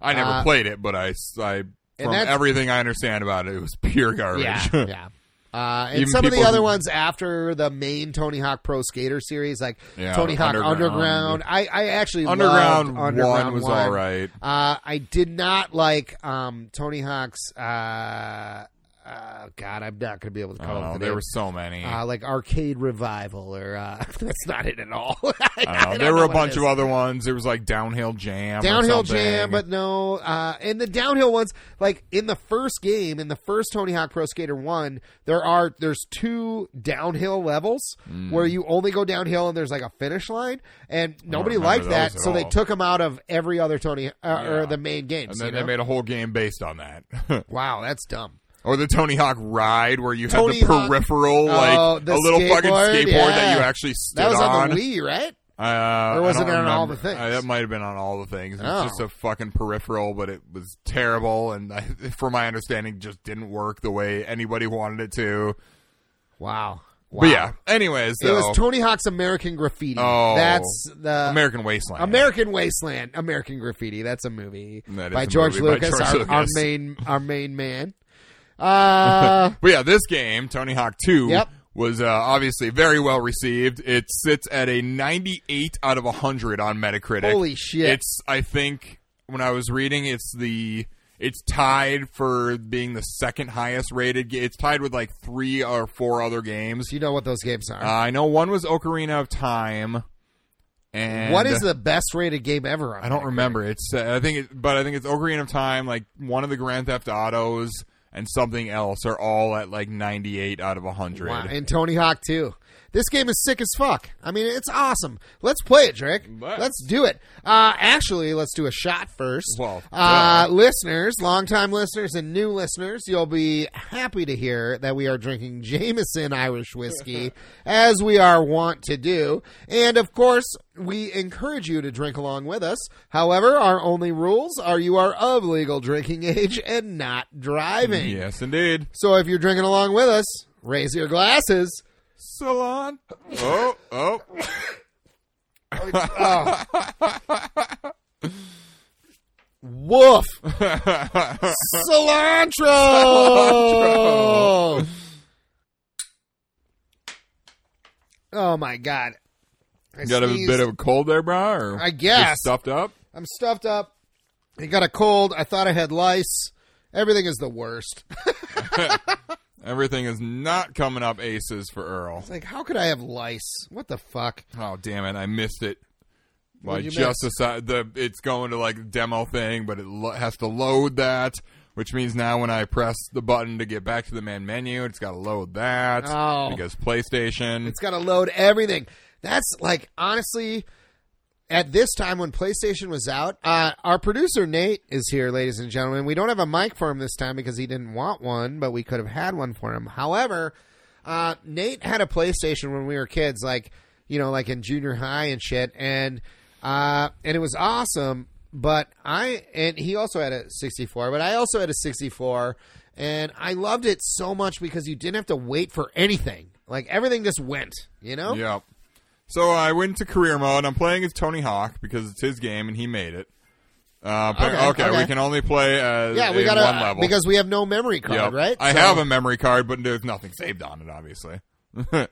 A: I never
B: Uh,
A: played it, but I s- I- from
B: that's-
A: everything I understand about it, it was pure garbage.
B: Yeah, yeah. Uh, and
A: Even
B: some of the
A: people
B: other
A: who-
B: ones after the main Tony Hawk Pro Skater series, like
A: Yeah,
B: Tony Hawk
A: Underground.
B: Underground. I, I actually
A: Underground,
B: loved Underground
A: one was all right.
B: Uh, I did not like um, Tony Hawk's. Uh, uh, God, I'm not going to be able to
A: I
B: call
A: don't
B: it.
A: know.
B: the
A: There
B: name.
A: were so many.
B: uh, like arcade revival, or uh, that's not it at all.
A: I don't know. There were a bunch of
B: other.
A: other ones. There was like downhill jam, or
B: Downhill
A: something.
B: Jam, but no. Uh, and the downhill ones, like in the first game, in the first Tony Hawk Pro Skater one, there are there's two downhill levels
A: Hmm.
B: where you only go downhill and there's like a finish line, and nobody
A: remember
B: liked
A: those
B: that,
A: at
B: so they
A: all.
B: took them out of every other Tony uh, or the main
A: and
B: games.
A: then
B: you
A: they
B: know?
A: made a whole game based on that.
B: wow, that's dumb.
A: Or the Tony Hawk ride where you
B: Tony
A: had the
B: Hawk-
A: peripheral,
B: Oh,
A: like
B: the
A: a little fucking
B: skateboard,
A: skateboard
B: yeah.
A: that you actually stood
B: That was
A: on.
B: on the Wii, right?
A: Uh,
B: Or was
A: I don't
B: it on all
A: remember.
B: the things?
A: Uh, that might have been on all the things. It was
B: Oh.
A: just a fucking peripheral, but it was terrible, and I, for my understanding, just didn't work the way anybody wanted it to.
B: Wow. wow.
A: But yeah, anyways,
B: it was
A: though,
B: Tony Hawk's American Graffiti.
A: Oh.
B: that's the
A: American Wasteland.
B: American Wasteland, American Graffiti. That's a movie
A: That is
B: by
A: a
B: George
A: movie by
B: Lucas,
A: George
B: our, our
A: Lucas.
B: main our main man. Uh,
A: But yeah, this game, Tony Hawk 2,
B: Yep.
A: was uh, obviously very well received. It sits at a 98 out of 100 on Metacritic.
B: Holy shit.
A: It's, I think, when I was reading, it's the. It's tied for being the second highest rated. ga- It's tied with like three or four other games.
B: do you know what those games
A: Uh,
B: are?
A: I know one was Ocarina of Time, and uh,
B: what is the best rated game ever? On
A: I don't
B: Metacritic?
A: remember. It's uh, I think, it, but I think it's Ocarina of Time, like one of the Grand Theft Autos, and something else are all at like ninety eight out of hundred.
B: Wow, and Tony Hawk too. This game is sick as fuck. I mean, it's awesome. Let's play it, Drake.
A: Let's.
B: Let's, do it. Uh, actually, let's do a shot first.
A: Well,
B: uh, listeners, longtime listeners and new listeners, you'll be happy to hear that we are drinking Jameson Irish whiskey, as we are wont to do. And of course, we encourage you to drink along with us. However, our only rules are you are of legal drinking age and not driving.
A: Yes, indeed.
B: So if you're drinking along with us, raise your glasses.
A: Salon. Oh, oh.
B: Woof. Cilantro. Oh my god. I
A: You got a
B: sneezed.
A: bit of a cold there, brah? Or
B: I guess.
A: just stuffed up.
B: I'm stuffed up. I got a cold. I thought I had lice. Everything is the worst.
A: Everything is not coming up aces for Earl.
B: It's like, how could I have lice? What the fuck?
A: Oh damn it! I missed it. By
B: What'd you
A: just the si- the it's going to like demo thing, but it lo- has to load that, which means now when I press the button to get back to the main menu, it's got to load that
B: Oh.
A: because PlayStation.
B: It's got to load everything. That's like honestly, at this time when PlayStation was out, uh, our producer Nate is here, ladies and gentlemen. We don't have a mic for him this time because he didn't want one, but we could have had one for him. However, uh, Nate had a PlayStation when we were kids, like you know, like in junior high and shit, and uh, and it was awesome. But I and he also had a 64, but I also had a 64, and I loved it so much because you didn't have to wait for anything. Like everything just went, you know.
A: Yep. So I went to career mode. I'm playing as Tony Hawk because it's his game and he made it. Uh, okay,
B: Okay,
A: okay,
B: okay.
A: we can only play as
B: Yeah, we
A: in
B: got
A: one
B: to
A: level
B: because we have no memory card,
A: Yep.
B: right?
A: I
B: So-
A: have a memory card, but there's nothing saved on it, obviously.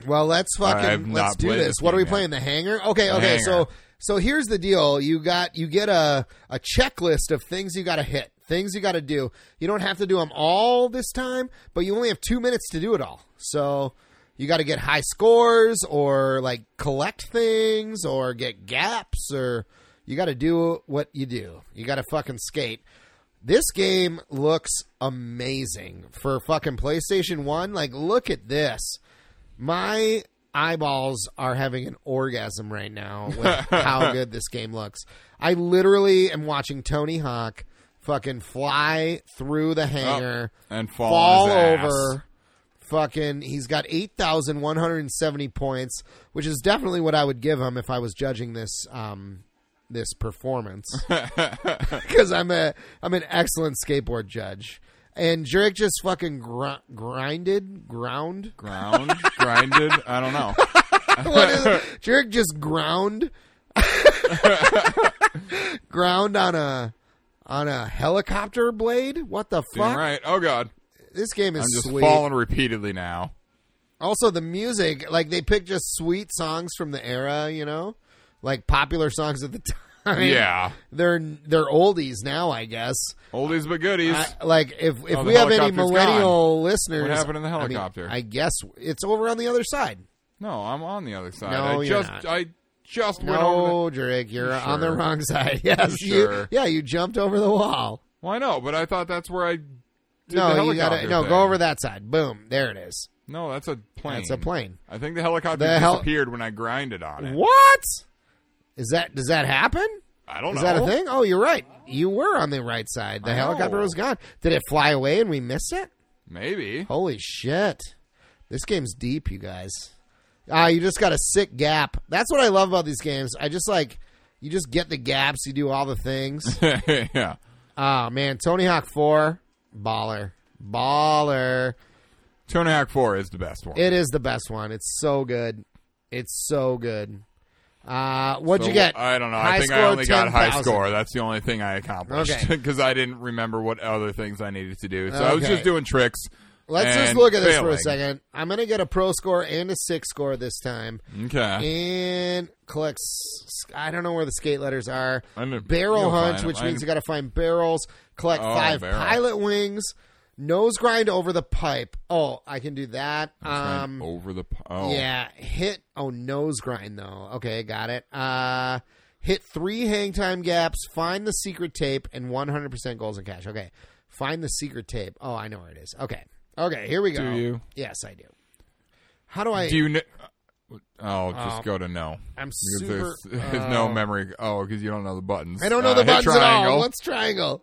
B: Well, let's
A: I have
B: fucking
A: not
B: let's do
A: played
B: this.
A: this
B: what are we
A: game yet.
B: playing? The hanger? Okay,
A: The
B: okay. So
A: Hanger.
B: so here's the deal. You got you get a a checklist of things you got to hit, things you got to do. You don't have to do them all this time, but you only have 2 minutes to do it all. So you got to get high scores or like collect things or get gaps or you got to do what you do. You got to fucking skate. This game looks amazing for fucking PlayStation 1. Like look at this my eyeballs are having an orgasm right now with how good this game looks. I literally am watching Tony Hawk fucking fly through the hangar,
A: and fall,
B: fall
A: on his ass.
B: over. Fucking, he's got 8,170 points, which is definitely what I would give him if I was judging this um, this performance because I'm a I'm an excellent skateboard judge. And Jurek just fucking gr- grinded ground
A: ground grinded. I don't know.
B: what is Jurek just ground ground on a on a helicopter blade? What the
A: Damn
B: fuck?
A: right. Oh god,
B: This game is
A: I'm just
B: sweet.
A: falling repeatedly now.
B: Also the music, like they picked just sweet songs from the era, you know? Like popular songs at the time.
A: yeah,
B: They're they're oldies now, I guess.
A: oldies but goodies.
B: I- like if if
A: Oh, the
B: we have any
A: helicopter's
B: millennial listeners
A: What happened to the
B: I mean,
A: helicopter?
B: I guess it's over on the other side.
A: no, I'm on the other side.
B: No,
A: I
B: you're
A: just,
B: not.
A: I just went over. The,
B: No, Drake, you're on the
A: sure?
B: wrong side. Yes,
A: You
B: you-
A: sure?
B: yeah, you jumped over the wall.
A: well, I know, but I thought that's where I. Did the
B: no, you
A: helicopter
B: gotta no
A: thing.
B: go over that side. Boom, there it is.
A: No, that's a plane.
B: That's a plane.
A: I think the helicopter
B: The hel-
A: disappeared when I grinded on it.
B: What is that? Does that happen?
A: I don't know.
B: Is that a thing? Oh, you're right. You were on the right side. The
A: I
B: helicopter
A: know.
B: was gone. Did it fly away and we missed it?
A: Maybe.
B: Holy shit! This game's deep, you guys. Ah, you just got a sick gap. That's what I love about these games. I just like you just get the gaps. You do all the things.
A: yeah.
B: Oh man, Tony Hawk Four, baller, baller.
A: Tony Hawk 4 is the best one.
B: It is the best one. It's so good. It's so good. Uh, what'd
A: So,
B: you get?
A: I don't know.
B: High
A: I think I
B: score,
A: only got high
B: 10,000.
A: score. That's the only thing I accomplished
B: Okay.
A: because I didn't remember what other things I needed to do. So I was
B: Okay.
A: just doing tricks.
B: Let's just
A: and
B: look at this for a
A: failing.
B: second. I'm gonna get a pro score and a six score this time,
A: Okay.
B: and click. s- I don't know where the skate letters are.
A: I'm a-
B: Barrel
A: you'll
B: hunt,
A: find 'em.
B: which
A: I
B: means you
A: kn-
B: got to find barrels. Collect
A: Oh,
B: five
A: barrel.
B: pilot wings. Nose grind over the pipe. Oh, I can do that.
A: Right
B: Um,
A: over the p- oh
B: Yeah, hit. Oh, nose grind though. Okay, got it. Uh, hit three hang time gaps. Find the secret tape and one hundred percent goals in cash. Okay, find the secret tape. Oh, I know where it is. Okay, okay, here we go.
A: Do you?
B: Yes, I do. How do I?
A: Do you? Kn- oh, just go to no.
B: I'm
A: Because
B: super. uh,
A: there's, there's no memory. Oh, because you don't know the buttons.
B: I don't know
A: Uh,
B: the
A: hit
B: buttons at all.
A: triangle,
B: What's triangle?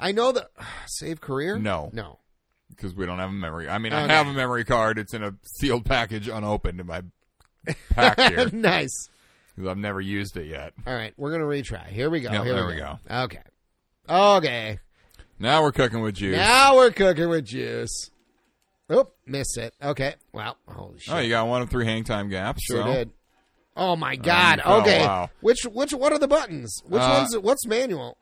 B: I know the save career.
A: No.
B: no.
A: Because we don't have a memory. I mean,
B: Okay.
A: I have a memory card. It's in a sealed package, unopened in my pack here
B: nice.
A: 'cause I've never used it yet.
B: All right, we're gonna retry. Here we go.
A: Yep,
B: here
A: there we
B: go. Okay. Okay.
A: Now we're cooking with juice.
B: Now we're cooking with juice. Oop, miss it. Okay. Wow. Holy shit.
A: Oh, you got one of three hang time gaps.
B: sure
A: so.
B: did. Oh my god.
A: oh,
B: okay.
A: wow.
B: Which which what are the buttons? Which
A: Uh,
B: ones what's manual?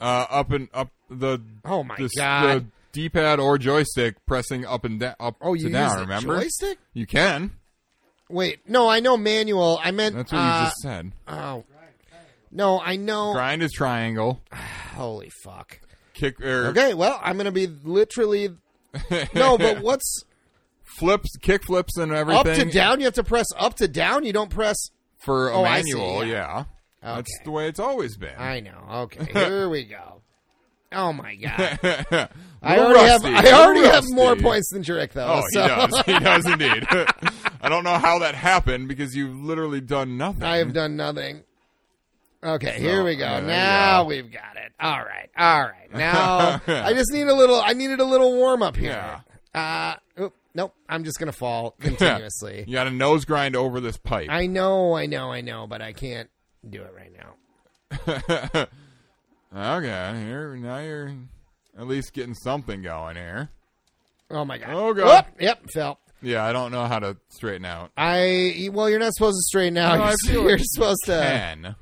A: Uh, up and up the.
B: Oh my
A: the,
B: God.
A: The D pad or joystick pressing up and down. up
B: Oh, you
A: to
B: use
A: down.
B: the
A: remember,
B: joystick?
A: you can.
B: Wait, no, I know manual. I meant.
A: That's what
B: uh,
A: you just said.
B: Oh. No, I know.
A: Grind is triangle.
B: Holy fuck.
A: Kick er, or
B: Okay, well, I'm going to be literally. No, but what's
A: flips, kick flips, and
B: up
A: everything.
B: to down? You have to press up to down. You don't press.
A: for a
B: Oh, I see,
A: manual.
B: yeah.
A: yeah, that's
B: Okay.
A: the way it's always been.
B: I know. Okay, here we go. Oh my god!
A: Oh,
B: I
A: We're
B: already have.
A: rusty.
B: I
A: We're
B: already have more
A: rusty.
B: points than Jerick
A: Oh,
B: though. so.
A: he does. He does indeed. I don't know how that happened because you've literally done nothing.
B: I have done nothing. Okay, here we go.
A: Oh, yeah, there you
B: now
A: are.
B: we've got it. All right, all right. Now I just need a little. I needed a little warm up here. Uh, oop, nope. I'm just gonna fall continuously.
A: You got a nose grind over this pipe.
B: I know, I know, I know, but I can't do it right now.
A: okay, here now you're at least getting something going here.
B: Oh my god.
A: Oh, God.
B: Oop, yep, fell.
A: Yeah, I don't know how to straighten out.
B: I well, you're not supposed to straighten out.
A: No, I feel
B: you're
A: like
B: you're
A: you
B: supposed to.
A: Ten.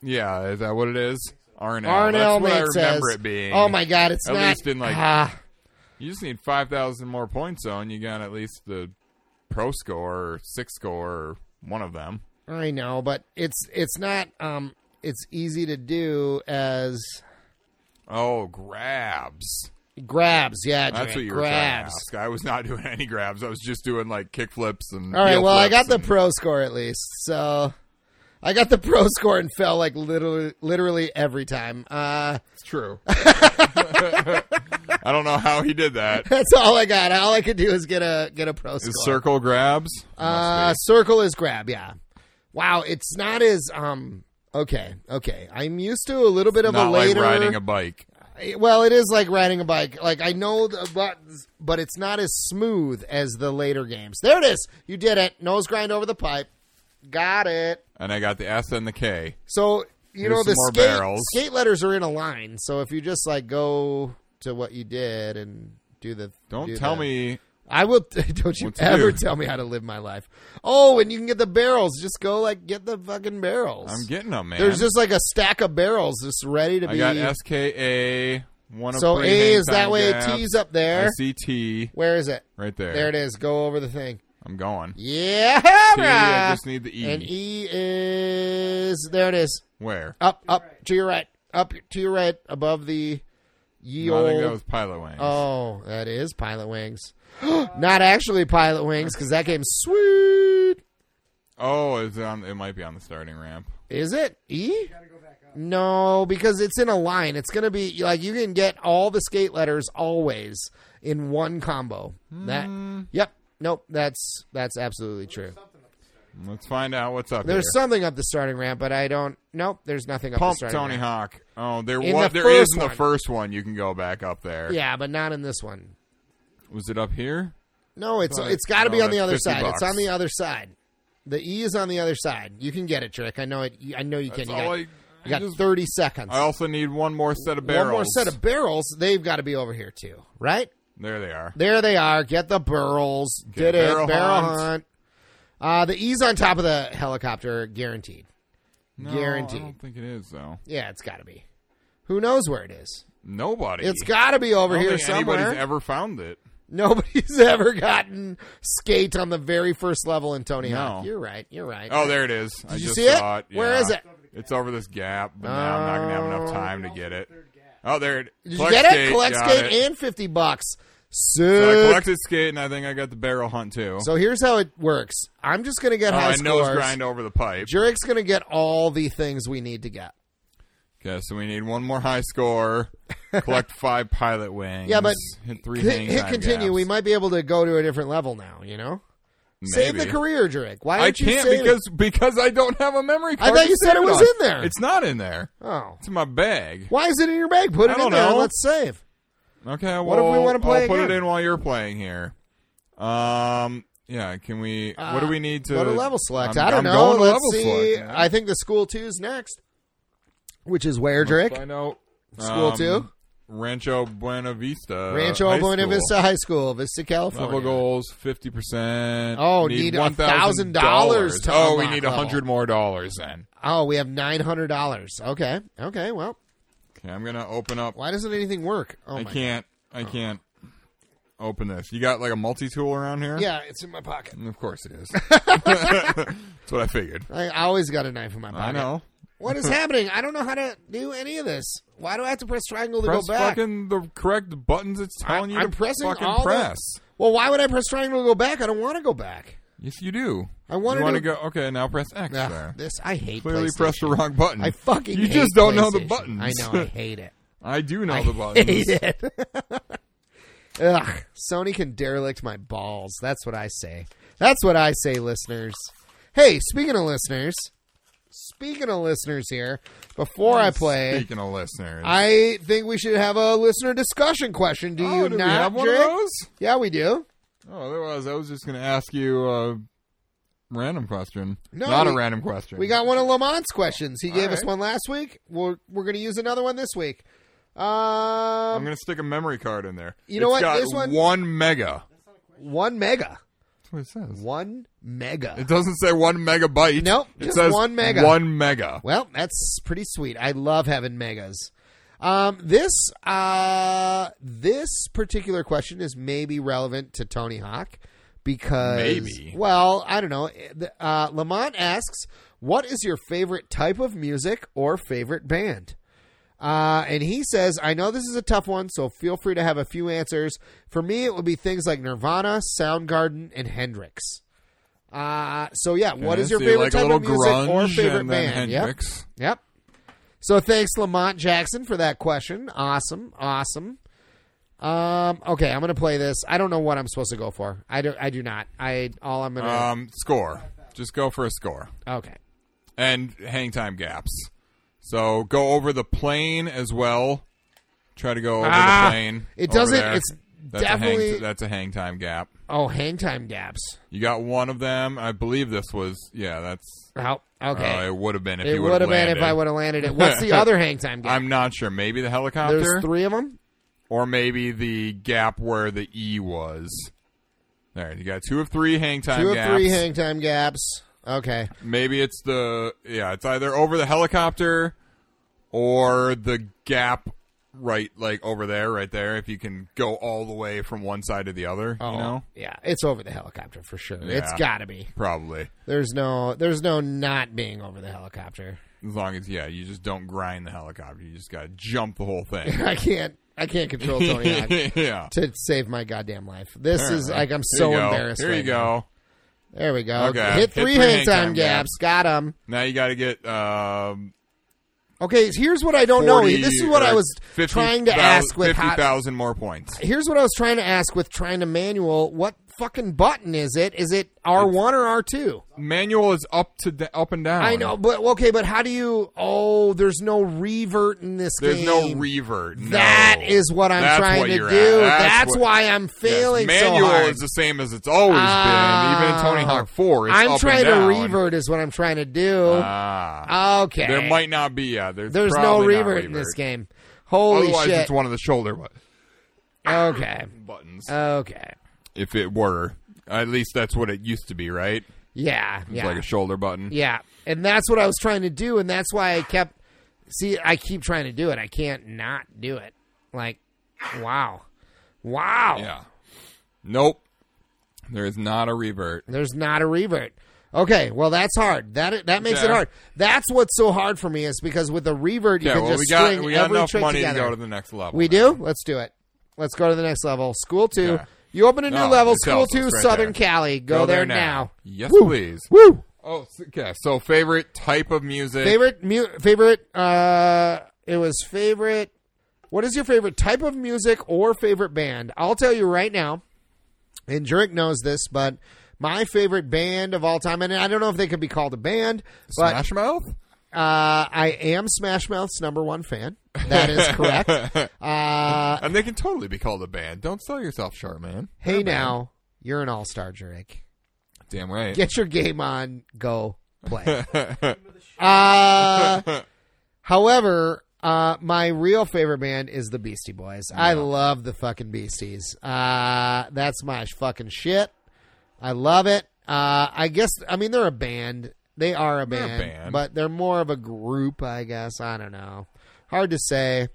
A: Yeah, is that what it is? RNL.
B: Arnell
A: That's what I
B: mate says.
A: remember it being.
B: Oh my god, it's
A: At
B: not.
A: least in, like-
B: ah,
A: You just need five thousand more points though, and you got at least the pro score or six score or one of them.
B: I know, but it's it's not. Um, it's easy to do as
A: Oh, grabs.
B: grabs. Yeah,
A: That's
B: Drake,
A: what you were trying to
B: grabs.
A: ask. I was not doing any grabs. I was just doing like kick flips and.
B: All right.
A: heel
B: Well, I
A: flips
B: got the
A: and-
B: pro score at least, so I got the pro score and fell like literally, literally every time. Uh,
A: It's true. I don't know how he did that.
B: that's all I got. All I could do is get a get a pro
A: Is
B: score.
A: circle grabs?
B: Uh, circle is grab. Yeah. Wow, it's not as um. Okay, okay. I'm used to a little bit of
A: not
B: a later. Eh,
A: like riding a bike.
B: well, it is like riding a bike. Like I know the buttons, but it's not as smooth as the later games. There it is. You did it. Nose grind over the pipe. Got it.
A: And I got the S and the K.
B: So you
A: Here's
B: know the
A: some more
B: skate
A: barrels.
B: skate letters are in a line. So if you just like go to what you did and do the
A: Don't
B: do
A: tell
B: the-
A: me.
B: I will. Don't you
A: What to
B: ever
A: do.
B: tell me how to live my life. Oh, and you can get the barrels. Just go like get the fucking barrels.
A: I'm getting them, man.
B: There's just like a stack of barrels just ready to
A: I
B: be.
A: got SKA. One of
B: so
A: three
B: A is
A: hang
B: that
A: time
B: way.
A: gaps.
B: T's up
A: I
B: there.
A: see T
B: Where is it?
A: right there.
B: There it is. Go over the thing.
A: I'm going.
B: Yeah,
A: T, I
B: bruh.
A: just need the E.
B: and E Oh. is there. It is
A: Where?
B: up, up to your right, up to your right, above the ye
A: No, I think
B: olde-
A: that was pilot wings.
B: Oh, that is Pilot Wings. Not actually Pilot Wings because that game's sweet.
A: oh, it's on, it might be on the starting ramp.
B: Is it E? No, because it's in a line. It's going to be like you can get all the skate letters always in one combo.
A: Hmm.
B: That. Yep. Nope. That's that's absolutely true.
A: Let's find out what's up
B: There's
A: here.
B: something up the starting ramp, but I don't. Nope. There's nothing up the
A: Pump
B: starting
A: Tony
B: ramp.
A: Hawk. Oh, there
B: In
A: was
B: the
A: there is
B: first
A: in the
B: one.
A: first one. You can go back up there.
B: Yeah, but not in this one.
A: Was it up here?
B: No, it's
A: But-
B: it's got to
A: no,
B: be on the
A: that's
B: other
A: 50
B: side.
A: bucks.
B: It's on the other side. The E is on the other side. You can get it, Trick. I know it. I know you can.
A: That's
B: you
A: all
B: got,
A: I-
B: you
A: I
B: got
A: just-
B: 30 seconds.
A: I also need one more set of barrels.
B: One more set of barrels. They've got to be over here too, right?
A: There they are.
B: There they are. Get the barrels. Did
A: barrel
B: it. Barrel
A: hunt.
B: hunt. Uh, the E's on top of the helicopter, guaranteed.
A: No,
B: Guaranteed.
A: I don't think it is though.
B: Yeah, it's got to be. Who knows where it is?
A: Nobody.
B: It's got to be
A: I
B: over
A: don't
B: here
A: think
B: somewhere.
A: Anybody's ever found it.
B: Nobody's ever gotten skate on the very first level in Tony
A: No.
B: Hawk. You're right. You're right.
A: Oh, there it is. Did I
B: you
A: just
B: see it?
A: saw it.
B: Where
A: Yeah.
B: is it?
A: It's over this gap, but now I'm not gonna have enough
B: Oh.
A: time to get it. Oh, there it.
B: Did
A: Collect
B: you get
A: skate,
B: it? Collect
A: got
B: skate
A: it.
B: and 50 bucks.
A: So I
B: Sick.
A: collected skate, and I think I got the barrel hunt too.
B: So here's how it works. I'm just going to get
A: oh,
B: high
A: I nose
B: scores.
A: grind over the pipe.
B: Jurek's going to get all the things we need to get.
A: Okay, so we need one more high score. Collect five pilot wings.
B: Yeah, but
A: hit three.
B: hit,
A: hang
B: hit
A: time
B: continue.
A: gaps.
B: We might be able to go to a different level now. You know, save the
A: Maybe.
B: career, Drake. Why
A: I
B: aren't you
A: can't
B: saving-
A: because because I don't have a memory
B: I
A: card.
B: thought
A: to
B: you said
A: save
B: it was
A: on.
B: in there.
A: It's not in there.
B: Oh,
A: It's in my bag.
B: why is it in your bag? Put
A: I
B: it
A: don't
B: in there. and
A: know.
B: Let's save.
A: Okay, well,
B: if we wanna play
A: I'll put it
B: again?
A: in while you're playing here. Um, yeah. Can we? what do we need to?
B: Uh, Go to level select.
A: I'm,
B: I don't
A: I'm
B: know.
A: Going to
B: Let's
A: level
B: see.
A: Select.
B: I think the school two's next, which is where Drake
A: I know.
B: school
A: um,
B: two,
A: Rancho Buena Vista.
B: Rancho
A: High
B: Buena
A: School.
B: Vista High School, Vista, California.
A: Level goals, fifty percent.
B: Oh, need $1,000 to
A: Oh, we
B: unlock
A: need
B: level.
A: hundred more dollars then.
B: Oh, we have nine hundred dollars. Okay, okay. Well,
A: Okay, I'm gonna open up.
B: why doesn't anything work? Oh
A: I
B: my
A: can't. I can't. open this. You got like a multi tool around here?
B: Yeah, it's in my pocket.
A: Of course it is. That's what I figured.
B: I always got a knife in my pocket.
A: I know.
B: What is happening? I don't know how to do any of this. Why do I have to press triangle to
A: Press
B: go back?
A: fucking the correct buttons it's telling
B: I-
A: you
B: I'm
A: to
B: pressing
A: fucking
B: all the-
A: press.
B: Well, why would I press triangle to go back? I don't want to go back.
A: Yes, you do.
B: I wanted
A: you want
B: to-
A: to go. Okay, now press X
B: Ugh,
A: there.
B: this I hate.
A: Clearly
B: PlayStation.
A: pressed the wrong button.
B: I fucking.
A: You
B: hate
A: just don't know the
B: PlayStation.
A: buttons.
B: I know. I hate it.
A: I do know
B: I
A: the buttons.
B: hate it. Ugh, Sony can derelict my balls. That's what I say. That's what I say, listeners. Hey, speaking of listeners, speaking of listeners here, before I play,
A: Speaking of listeners,
B: I think we should have a listener discussion question. Do
A: oh,
B: you
A: do
B: not,
A: we have one
B: Jake?
A: of those?
B: Yeah, we do.
A: Oh, otherwise I was just going to ask you a random question.
B: No,
A: not a
B: we-
A: random question.
B: We got one of Lamont's questions. He gave us
A: right.
B: one last week. We're we're going to use another one this week.
A: I'm
B: Um,
A: going to stick a memory card in there.
B: You know
A: It's
B: what?
A: Got
B: This one-
A: one mega.
B: one mega,
A: That's what it says.
B: one mega.
A: It doesn't say one megabyte.
B: Nope,
A: it
B: just
A: says
B: one mega.
A: One mega.
B: Well, that's pretty sweet. I love having megas. Um, this uh, this particular question is maybe relevant to Tony Hawk because
A: Maybe.
B: Well, I don't know. Uh, Lamont asks, "What is your favorite type of music or favorite band?" Uh, and he says, I know this is a tough one, so feel free to have a few answers. For me, it would be things like Nirvana, Soundgarden, and Hendrix. Uh, so yeah, what
A: Okay,
B: is your
A: so you
B: favorite
A: like a
B: type
A: little
B: of music
A: grunge
B: or favorite
A: and then
B: band? Yep.
A: Hendrix.
B: Yep. So thanks, Lamont Jackson, for that question. Awesome. Awesome. Um, okay, I'm gonna play this. I don't know what I'm supposed to go for. I do. I do not. I all I'm gonna.
A: Um, score. Just go for a score
B: okay.
A: and hang time gaps. So go over the plane as well. Try to go over
B: Ah,
A: the plane.
B: it
A: over
B: doesn't-
A: there.
B: it's
A: that's A
B: definitely-
A: hang, that's a hang time gap.
B: Oh, hang time gaps.
A: You got one of them. I believe this was. Yeah, that's.
B: Oh,
A: Uh,
B: okay.
A: it would have been if
B: it
A: you
B: would have been
A: landed.
B: if I would have landed it. What's the other hang time gap?
A: I'm not sure. Maybe the helicopter,
B: There's three of them.
A: or maybe the gap where the E was. There, you got two of three hang time.
B: Two or
A: Uh, gaps.
B: three hang time gaps. Okay.
A: Maybe it's the yeah, it's either over the helicopter or the gap right like over there, right there, if you can go all the way from one side to the other,
B: Oh,
A: you know?
B: yeah. It's over the helicopter for sure. It's
A: Yeah.
B: got to be.
A: Probably.
B: There's no. There's no not being over the helicopter.
A: As long as yeah, you just don't grind the helicopter. You just gotta jump the whole thing.
B: I can't. I can't control Tony Hawk.
A: yeah.
B: to save my goddamn life. This is
A: Apparently.
B: like I'm
A: Here
B: so
A: you go.
B: embarrassed.
A: Here
B: right
A: you
B: now.
A: go.
B: There we go.
A: Okay.
B: Hit three hang time gaps. Got him.
A: Now you gotta get um
B: Okay, here's what I don't
A: 40
B: know. This is what I
A: or
B: was
A: 50
B: trying to
A: thou-
B: ask with
A: fifty
B: hot-
A: thousand more points.
B: Here's what I was trying to ask with trying to manual. What fucking button is it? Is it R1 or R2?
A: Manual is up to da- up and down.
B: I know, but okay, but how do you? Oh, there's no revert in this
A: There's
B: game.
A: no revert. No.
B: That is what I'm
A: That's
B: trying
A: what
B: to do.
A: you're at.
B: That's,
A: what-
B: why I'm
A: Yes,
B: failing so
A: Manual
B: hard.
A: is the same as it's always been, even in Tony
B: Ah.
A: Hawk 4. It's
B: I'm
A: up
B: trying
A: and down.
B: to revert is what I'm trying to do.
A: Ah.
B: okay.
A: There might not be. Yeah, there's
B: There's no
A: probably not
B: revert, in this game. Holy
A: Otherwise,
B: shit.
A: it's one of the shoulder bu-
B: Okay.
A: buttons.
B: Uh, Okay.
A: if it were. At least that's what it used to be, right?
B: Yeah.
A: It's
B: Yeah.
A: like a shoulder button.
B: yeah. And that's what I was trying to do and that's why I kept See, I keep trying to do it. I can't not do it. Like wow. Wow.
A: Yeah. Nope. There is not a revert.
B: There's not a revert. Okay, well that's hard. That that makes it
A: Okay.
B: hard. That's what's so hard for me is because with a revert you
A: Yeah,
B: can
A: well,
B: just
A: we got,
B: string
A: we got
B: every
A: enough
B: trick
A: money
B: together.
A: to go to the next level.
B: We
A: now.
B: do? Let's do it. Let's go to the next level. School two.
A: Okay.
B: You open a new
A: No,
B: level,
A: it
B: school
A: tells
B: two,
A: us right
B: Southern
A: there.
B: Cali. Go, there, now.
A: Yes, please.
B: Woo!
A: Oh, s- okay. So, favorite type of music?
B: Favorite mu- favorite uh it was favorite what is your favorite type of music or favorite band? I'll tell you right now, and Jurek knows this, but my favorite band of all time, and I don't know if they could be called a band, but
A: Smash Mouth?
B: uh, I am Smash Mouth's number one fan. That is correct. uh,
A: And they can totally be called a band. Don't sell yourself short, man.
B: hey, now you're an all star, Jurek.
A: Damn right.
B: get your game on, go play. uh, however, uh, my real favorite band is the Beastie Boys. I love the fucking Beasties. Uh, that's my sh- fucking shit. I love it. Uh, I guess I mean they're a band. They are a
A: They're a
B: band,
A: band.
B: but they're more of a group, I guess. I don't know. Hard to say.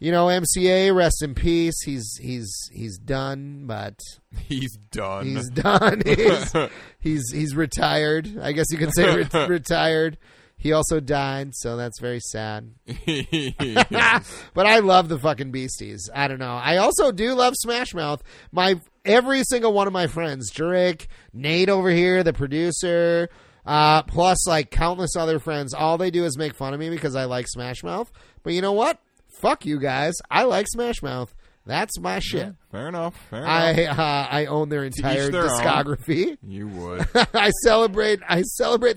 B: You know, MCA, rest in peace. He's he's he's done, but
A: He's done.
B: he's done. He's he's, he's retired. I guess you can say re- retired. He also died, so that's very sad. but I love the fucking Beasties. I don't know. I also do love Smash Mouth. My every single one of my friends, Drake, Nate over here, the producer, uh, plus like countless other friends, all they do is make fun of me because I like Smash Mouth. But you know what? Fuck you guys. I like Smash Mouth. That's my shit.
A: fair enough. Fair enough.
B: I uh, I own their entire
A: their own.
B: discography.
A: You would.
B: I celebrate I celebrate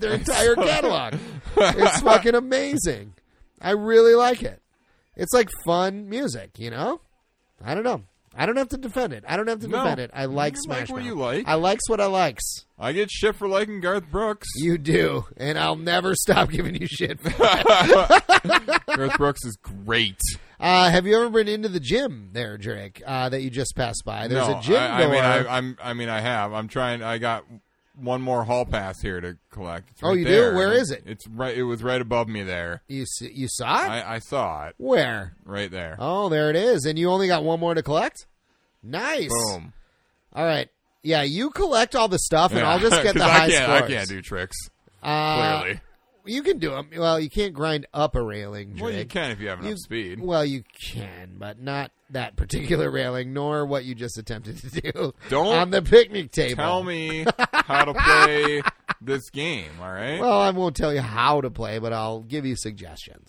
B: their entire catalog. It's fucking amazing. I really like it. It's like fun music, you know? I don't know. I don't have to defend it. I don't have to
A: No.
B: defend it. I like
A: You like
B: Smash
A: what
B: Mouth.
A: you like.
B: I likes what I likes.
A: I get shit for liking Garth Brooks.
B: You do, and I'll never stop giving you shit.
A: Garth Brooks is great.
B: Uh, have you ever been into the gym there, Drake? Uh, that you just passed by. There's
A: no,
B: a gym
A: I, I mean,
B: door.
A: I, I'm. I mean, I have. I'm trying. I got one more hall pass here to collect. It's
B: Oh,
A: right
B: you do?
A: there.
B: Where is it?
A: It's right. It was right above me there.
B: you s- you saw it?
A: I, I saw it
B: Where?
A: right there.
B: Oh, there it is. And you only got one more to collect. Nice.
A: Boom.
B: All right. Yeah, you collect all the stuff, and
A: Yeah.
B: I'll just get
A: 'Cause
B: the
A: I
B: high
A: can't,
B: scores.
A: I can't do tricks.
B: Uh,
A: Clearly.
B: you can do them. Well, you can't grind up a railing.
A: well, you
B: Drake.
A: can if you have enough
B: You-
A: speed.
B: Well, you can, but not that particular railing, nor what you just attempted to do
A: Don't
B: on the picnic table.
A: Tell me how to play this game. All right.
B: Well, I won't tell you how to play, but I'll give you suggestions.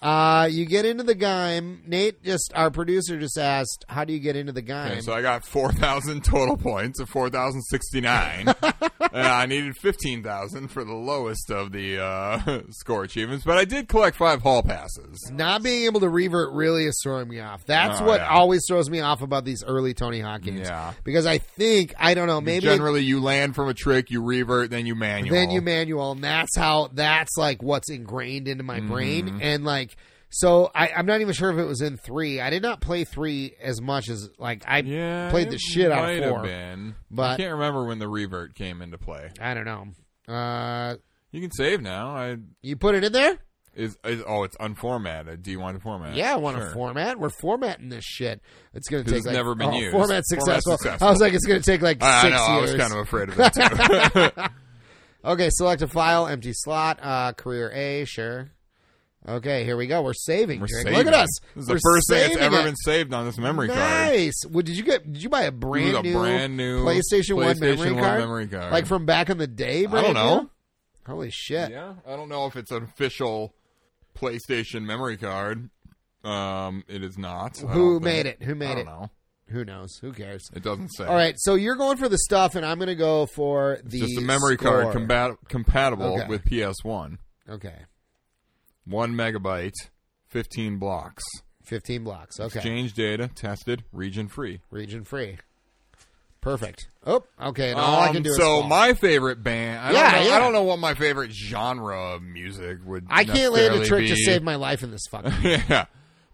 B: Uh, you get into the game. Nate just, our producer just asked, how do you get into the game?
A: Okay, so I got 4,000 total points of 4,069. and I needed 15,000 for the lowest of the uh, score achievements, but I did collect five hall passes.
B: Not being able to revert really is throwing me off. That's
A: Oh,
B: what
A: yeah.
B: always throws me off about these early Tony Hawk games.
A: Yeah.
B: Because I think I don't know, maybe
A: Generally, you land from a trick, you revert, then you manual.
B: then you manual, and that's how that's like what's ingrained into my
A: Mm-hmm.
B: brain. And like so I, I'm not even sure if it was in three. I did not play three as much as like I
A: yeah,
B: played the
A: it
B: shit out
A: might
B: of
A: have
B: four.
A: been.
B: but-
A: I can't remember when the revert came into play.
B: I don't know. Uh
A: You can save now. I
B: you put it in there?
A: is, is oh, it's unformatted. Do you want to format?
B: Yeah, I want to
A: Sure.
B: format. We're formatting this shit. It's gonna
A: 'Cause
B: take
A: it's
B: like,
A: never been
B: oh,
A: used.
B: Format
A: Format's
B: successful. I
A: successful.
B: was like, it's gonna take like
A: I, I
B: six
A: know. I
B: years.
A: was kind of afraid of that too.
B: Okay, select a file, empty slot, uh, career A, sure. Okay, here we go. We're saving.
A: We're
B: Drake.
A: saving.
B: Look at us.
A: This is
B: We're
A: the first thing that's
B: saving
A: ever
B: it.
A: been saved on this memory card.
B: Nice. Well, did you get? Did you buy a brand,
A: a
B: new,
A: brand new
B: PlayStation, One
A: PlayStation
B: memory
A: 1
B: card?
A: memory card.
B: Like from back in the day?
A: I don't
B: brand
A: know.
B: new? Holy shit!
A: Yeah, I don't know if it's an official PlayStation memory card. Um, it is not. I
B: Who
A: don't
B: made
A: think.
B: it? Who made
A: I
B: it?
A: don't know.
B: Who knows? Who cares?
A: It doesn't say.
B: All right, so you're going for the stuff, and I'm going to go for the
A: It's just a memory card
B: score.
A: combat- compatible
B: Okay.
A: with PS One.
B: Okay,
A: One megabyte, fifteen blocks.
B: 15 blocks. Okay,
A: Exchange data, tested, region free.
B: region free. Perfect. Oh, okay. And all I can
A: Um,
B: do is
A: so
B: fall.
A: my favorite band. I
B: Yeah,
A: don't know,
B: yeah.
A: I don't know what my favorite genre of music would.
B: I can't land a
A: necessarily
B: trick to
A: be.
B: save my life in this fucking.
A: yeah.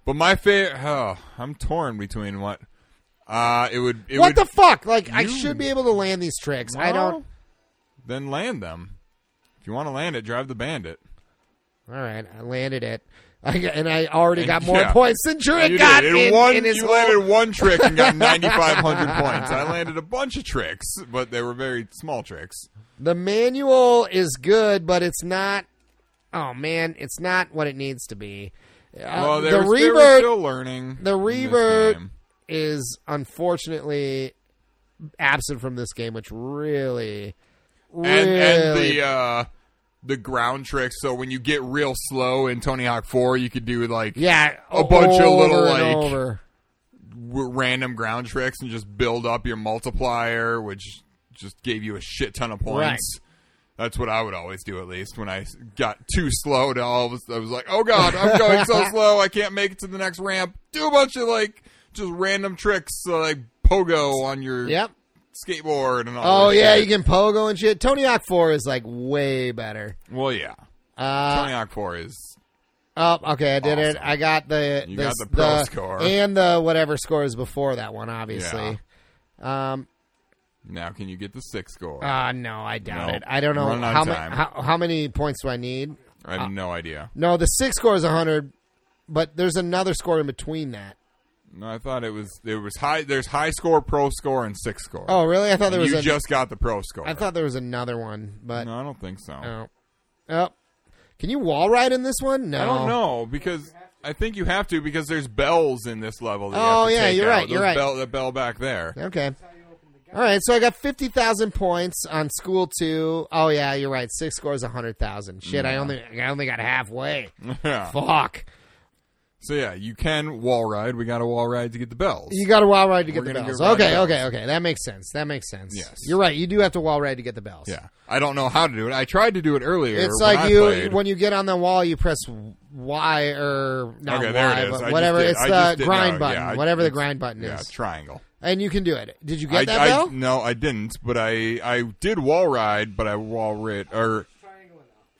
A: But my favorite, oh, I'm torn between what. Uh, it would. It would,
B: what the fuck? Like I
A: You-
B: should be able to land these tricks. I don't.
A: Then land them. If you want to land it, drive the bandit.
B: All right, I landed it, I, got- and I already
A: And-
B: got more
A: yeah.
B: points than Drake
A: you
B: got
A: did.
B: in,
A: In one,
B: in his
A: you
B: whole-
A: landed one trick and got 9,500 points. I landed a bunch of tricks, but they were very small tricks.
B: The manual is good, but it's not. Oh man, it's not what it needs to be. Uh,
A: well, they,
B: the
A: were, they were
B: revert
A: still learning.
B: the
A: in this
B: revert
A: game.
B: is unfortunately absent from this game, which really, really
A: and and the uh, the ground tricks. So when you get real slow in Tony Hawk 4, you could do like
B: yeah
A: a bunch of
B: over
A: little,
B: and
A: like,
B: over.
A: w- random ground tricks and just build up your multiplier, which just gave you a shit ton of points. That's what I would always do, at least when I s- got too slow. To all of a sudden, I was like, "Oh God, I'm going so slow, I can't make it to the next ramp." Do a bunch of like just random tricks, uh, like pogo on your
B: Yep.
A: skateboard and all.
B: Oh
A: that
B: yeah,
A: shit.
B: you can pogo and shit. Tony Hawk Four is like way better.
A: well, yeah.
B: Uh,
A: Tony Hawk Four is
B: oh, okay, I did it.
A: Awesome.
B: I got the
A: You
B: the,
A: got the pro score.
B: and the whatever scores before that one, obviously. Um,
A: now. Can you get the six score?
B: uh, no, I doubt
A: Nope.
B: it. I don't know
A: Running on
B: how, ma-
A: time.
B: how how many points do I need.
A: I have no idea.
B: No, the six score is hundred. but there's another score in between that.
A: No, I thought it was there was high. There's high score, pro score, and six score.
B: Oh, really? I thought there was.
A: you
B: a,
A: just got the pro score.
B: I thought there was another one, but
A: No, I don't think so.
B: oh, oh. Can you wall ride in this one? No,
A: I don't know because I think you have to because there's bells in this level. That you
B: Oh,
A: have to
B: yeah,
A: take
B: you're right,
A: out.
B: you're
A: Those
B: right.
A: Bell, the bell back there.
B: Okay. All right, so I got fifty thousand points on school two. Oh yeah, you're right. Six scores, hundred thousand. Shit, I only I only got halfway.
A: Yeah.
B: Fuck.
A: So yeah, you can wall ride. We got a wall ride to get the bells.
B: You got a wall ride to get
A: We're
B: the
A: gonna
B: bells.
A: get ride
B: Okay,
A: bells.
B: okay, okay. That makes sense. That makes sense.
A: Yes.
B: You're right. You do have to wall ride to get the bells.
A: yeah, I don't know how to do it. I tried to do it earlier.
B: It's
A: when
B: like
A: I
B: you
A: played.
B: when you get on the wall, you press Y or not
A: Okay,
B: Y,
A: there it is. I
B: but
A: just
B: whatever.
A: did-
B: It's
A: I
B: the
A: just did
B: grind
A: now.
B: button,
A: Yeah, I-
B: whatever the
A: it's-
B: grind button
A: yeah,
B: is,
A: triangle.
B: and you can do it. Did you get
A: I,
B: that
A: I-
B: bell?
A: no, I didn't. But I I did wall ride, but I wall rid or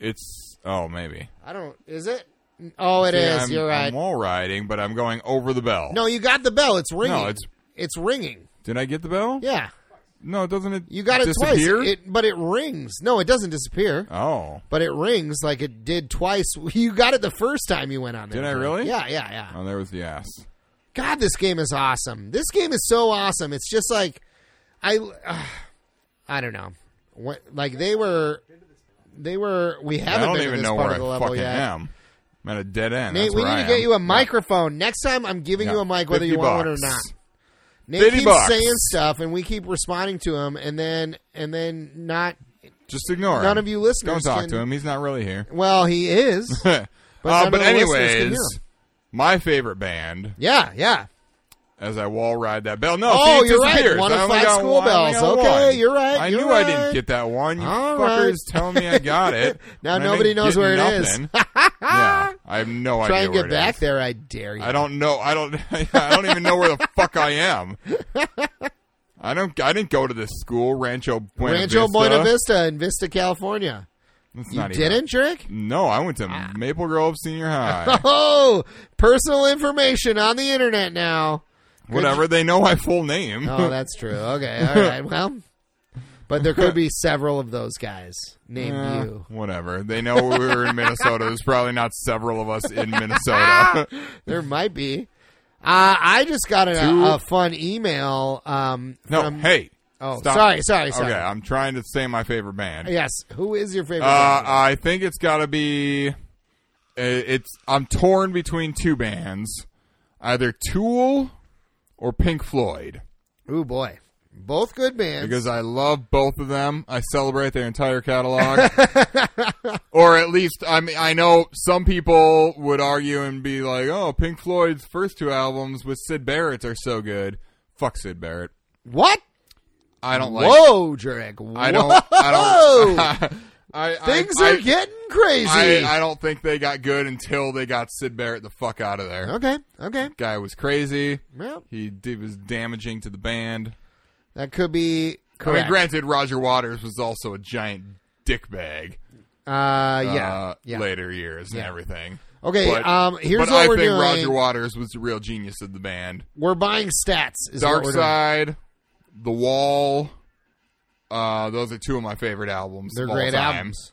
A: it's oh maybe
B: I don't. Is it? Oh, it is.
A: I'm,
B: You're right.
A: I'm wall riding, but I'm going over the bell.
B: No, you got the bell. It's ringing.
A: No, it's-
B: it's ringing.
A: did I get the bell?
B: Yeah,
A: No, doesn't it?
B: you got it
A: disappear?
B: twice. It, but it rings. No, it doesn't disappear.
A: oh,
B: but it rings like it did twice. You got it the first time you went on there.
A: Did I
B: Jake.
A: really?
B: Yeah, yeah, yeah.
A: oh, there was the ass.
B: God, this game is awesome. This game is so awesome. It's just like I, uh, I don't know. What like they were, they were. We
A: I
B: haven't
A: don't
B: been to
A: even
B: this
A: know
B: part
A: where I
B: of the level
A: fucking
B: yet.
A: am. I'm at a dead end.
B: Nate,
A: That's
B: we
A: where
B: need
A: I
B: to get
A: am.
B: you a
A: Yeah.
B: microphone. Next time, I'm giving you
A: Yeah.
B: a mic, whether you
A: 50
B: want one or
A: bucks.
B: not. Nate
A: 50
B: keeps
A: bucks.
B: saying stuff, and we keep responding to him, and then and then not.
A: Just ignore him.
B: None of you
A: Don't
B: listeners
A: talk
B: can-
A: to him. He's not really here.
B: Well, he is.
A: but
B: none
A: uh,
B: of
A: but
B: the listeners can
A: anyways,
B: hear him.
A: my favorite band
B: yeah, yeah.
A: as I wall ride that bell. No,
B: Oh,
A: see, it
B: you're right.
A: disappears.
B: One
A: I
B: of
A: only
B: five
A: got
B: school
A: one- I only
B: bells.
A: got
B: Okay,
A: one.
B: you're right,
A: I
B: you're
A: knew I
B: right.
A: didn't get that one. You
B: All
A: fuckers
B: right.
A: tell me I got it.
B: Now
A: and I
B: nobody
A: didn't
B: knows
A: get
B: where it is.
A: nothing. yeah, I have no idea.
B: Try and
A: where it
B: get
A: is.
B: back there, I dare you.
A: I don't know. I don't. I don't even know where the fuck I am. I don't. I didn't go to this school, Rancho Buena
B: Rancho
A: Vista.
B: Buena Vista in Vista, California.
A: That's
B: You
A: not even-
B: didn't drink?
A: No, I went to Maple Grove Senior High.
B: Oh, personal information on the internet now.
A: Whatever. They know my full name.
B: Oh, that's true. Okay, all right. Well, but there could be several of those guys named
A: Eh,
B: you.
A: Whatever. They know we were in Minnesota. There's probably not several of us in Minnesota.
B: There might be. Uh, I just got a,
A: Two-
B: a fun email. Um,
A: no.
B: from-
A: hey.
B: Oh,
A: stop.
B: sorry, sorry, sorry.
A: Okay, I'm trying to say my favorite band.
B: Yes. Who is your favorite?
A: Uh,
B: band?
A: I think it's got to be. uh, It's I'm torn between two bands, either Tool or Pink Floyd,
B: Ooh boy, both good bands.
A: uh, because I love both of them. I celebrate their entire catalog, or at least I mean I know some people would argue and be like, "Oh, Pink Floyd's first two albums with Sid Barrett are so good." Fuck Sid Barrett.
B: what?
A: I don't like.
B: Whoa, Drake.
A: I don't. I
B: Whoa!
A: don't. I, I-
B: Things
A: I-
B: are getting crazy.
A: I, I don't think they got good until they got Sid Barrett the fuck out of there.
B: okay, okay.
A: Guy was crazy.
B: Well,
A: He did, was damaging to the band.
B: that could be correct.
A: I mean, granted, Roger Waters was also a giant dickbag.
B: uh, yeah,
A: uh,
B: yeah.
A: later years and
B: Yeah.
A: everything.
B: Okay,
A: But-
B: um, here's
A: but
B: what
A: I
B: we're
A: think
B: doing.
A: Roger Waters was the real genius of the band.
B: we're buying stats. Is
A: Dark
B: what we're
A: Side, The Wall. Uh, those are two of my favorite albums.
B: They're
A: of all
B: great
A: time.
B: albums.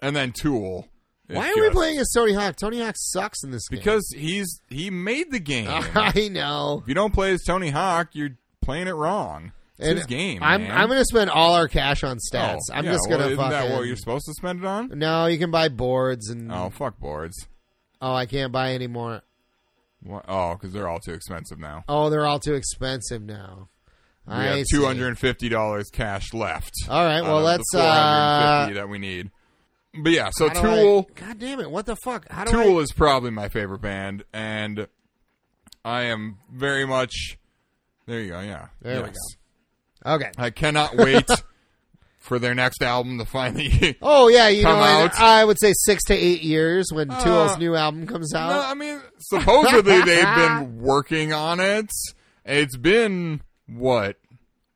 A: And then Tool.
B: Doing. Why
A: It's
B: are we
A: just-
B: playing as Tony Hawk? Tony Hawk sucks in this game.
A: Because he's he made the game.
B: I know.
A: If you don't play as Tony Hawk, you're playing it wrong. It's
B: And
A: his game.
B: I'm
A: man.
B: I'm gonna spend all our cash on
A: Oh,
B: stats. I'm
A: yeah,
B: just
A: well,
B: gonna
A: isn't that
B: fucking- Mm.
A: what you're supposed to spend it on?
B: no, you can buy boards and
A: Oh, fuck boards.
B: oh, I can't buy any more.
A: What? Oh, because they're all too expensive now.
B: Oh, they're all too expensive now.
A: We
B: I
A: have
B: see.
A: two hundred and fifty dollars cash left.
B: All right, well,
A: out of
B: let's,
A: the 450
B: uh,
A: that we need. But yeah, so
B: How do I-
A: Tool.
B: God damn it! What the fuck? How do
A: Tool
B: I?
A: is probably my favorite band, and I am very much. There you go. Yeah.
B: There we
A: Yes.
B: Okay.
A: I cannot wait for their next album to finally
B: Oh yeah, you
A: Come
B: know, in,
A: out.
B: I would say six to eight years when
A: Uh,
B: Tool's new album comes
A: No,
B: out.
A: I mean, supposedly they've been working on it. It's been what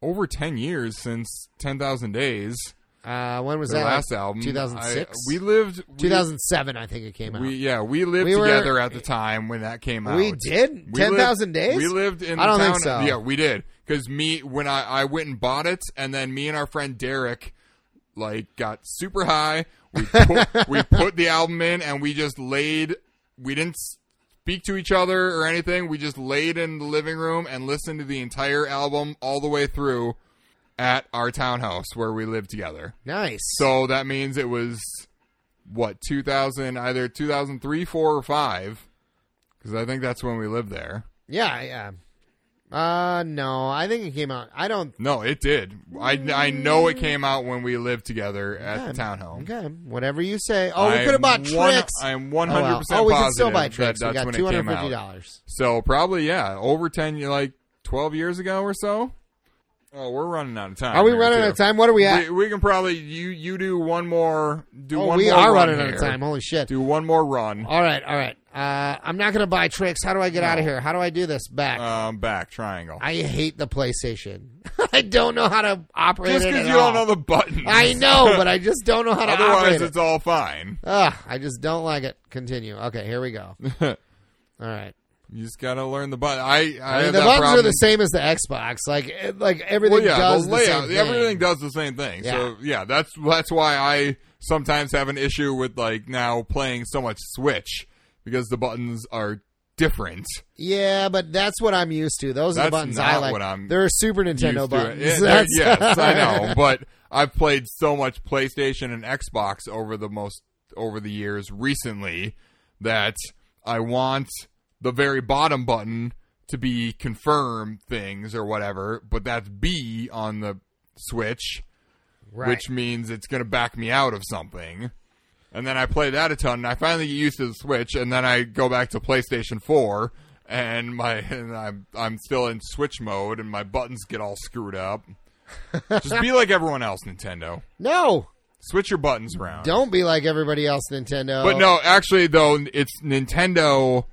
A: over ten years since Ten Thousand Days,
B: Uh, when was
A: their
B: that?
A: last album.
B: Two thousand six.
A: I- We lived we-
B: Two thousand seven, I think it came out.
A: We yeah, we lived
B: We were-
A: together at the time when that came out.
B: We did?
A: We
B: 10,000
A: lived-
B: days?
A: We lived in.
B: I
A: the
B: don't think
A: town-
B: so.
A: Yeah, we did. Because me when I I went and bought it, and then me and our friend Derek like got super high. We put, we put the album in, and we just laid. We didn't s- speak to each other or anything. We just laid in the living room and listened to the entire album all the way through at our townhouse where we lived together.
B: Nice.
A: So that means it was what 2000, either 2003, four, or five, because I think that's when we lived there.
B: yeah, yeah. Uh, no, I think it came out. I don't.
A: No, it did. I, I know it came out when we lived together at the townhome.
B: Okay, whatever you say. Oh, we
A: I'm
B: could have bought
A: one-
B: tricks.
A: I'm
B: Oh, well.
A: 100%
B: Oh, we can still
A: positive
B: buy
A: that
B: tricks.
A: that's
B: we
A: when
B: got
A: it came out.
B: dollars.
A: So probably yeah, over ten, you like twelve years ago or so. Oh, we're running out of time.
B: Are we
A: here,
B: running
A: too.
B: out of time? What are we
A: We,
B: at?
A: we can probably you you do one more do
B: oh,
A: one
B: we
A: more
B: are
A: run
B: running out of
A: here.
B: time. Holy shit!
A: Do one more run.
B: All right, all right. Uh, I'm not gonna buy tricks. How do I get out of here? How do I do this back?
A: Um, back triangle.
B: I hate the PlayStation. I don't know how to operate
A: Just
B: it
A: because
B: at
A: you don't know
B: all.
A: the buttons.
B: I know, but I just don't know how to
A: Otherwise,
B: operate
A: it's
B: it.
A: all fine.
B: Ugh, I just don't like it. Continue. Okay, here we go. all right.
A: You just gotta learn the button. I, I,
B: I mean,
A: have that
B: the buttons are
A: problem.
B: the same as the Xbox. Like, it- like everything
A: Well, yeah,
B: does
A: the
B: the
A: layout,
B: same thing.
A: everything does the same thing. So yeah, that's that's why I sometimes have an issue with like now playing so much Switch because the buttons are different.
B: Yeah, but that's what I'm used to. Those are
A: That's
B: the buttons
A: not
B: I like.
A: what I'm
B: They're Super Nintendo
A: Used to it.
B: buttons.
A: Yeah, they're-
B: That's-
A: yes, I know, but I've played so much PlayStation and Xbox over the most over the years recently that I want the very bottom button to be confirm things or whatever, but that's B on the Switch.
B: right.
A: which means it's going to back me out of something. And then I play that a ton, and I finally get used to the Switch, and then I go back to PlayStation Four, and my and I'm I'm still in Switch mode, and my buttons get all screwed up. Just be like everyone else, Nintendo.
B: no,
A: Switch your buttons around.
B: don't be like everybody else, Nintendo.
A: But no, actually, though, it's Nintendo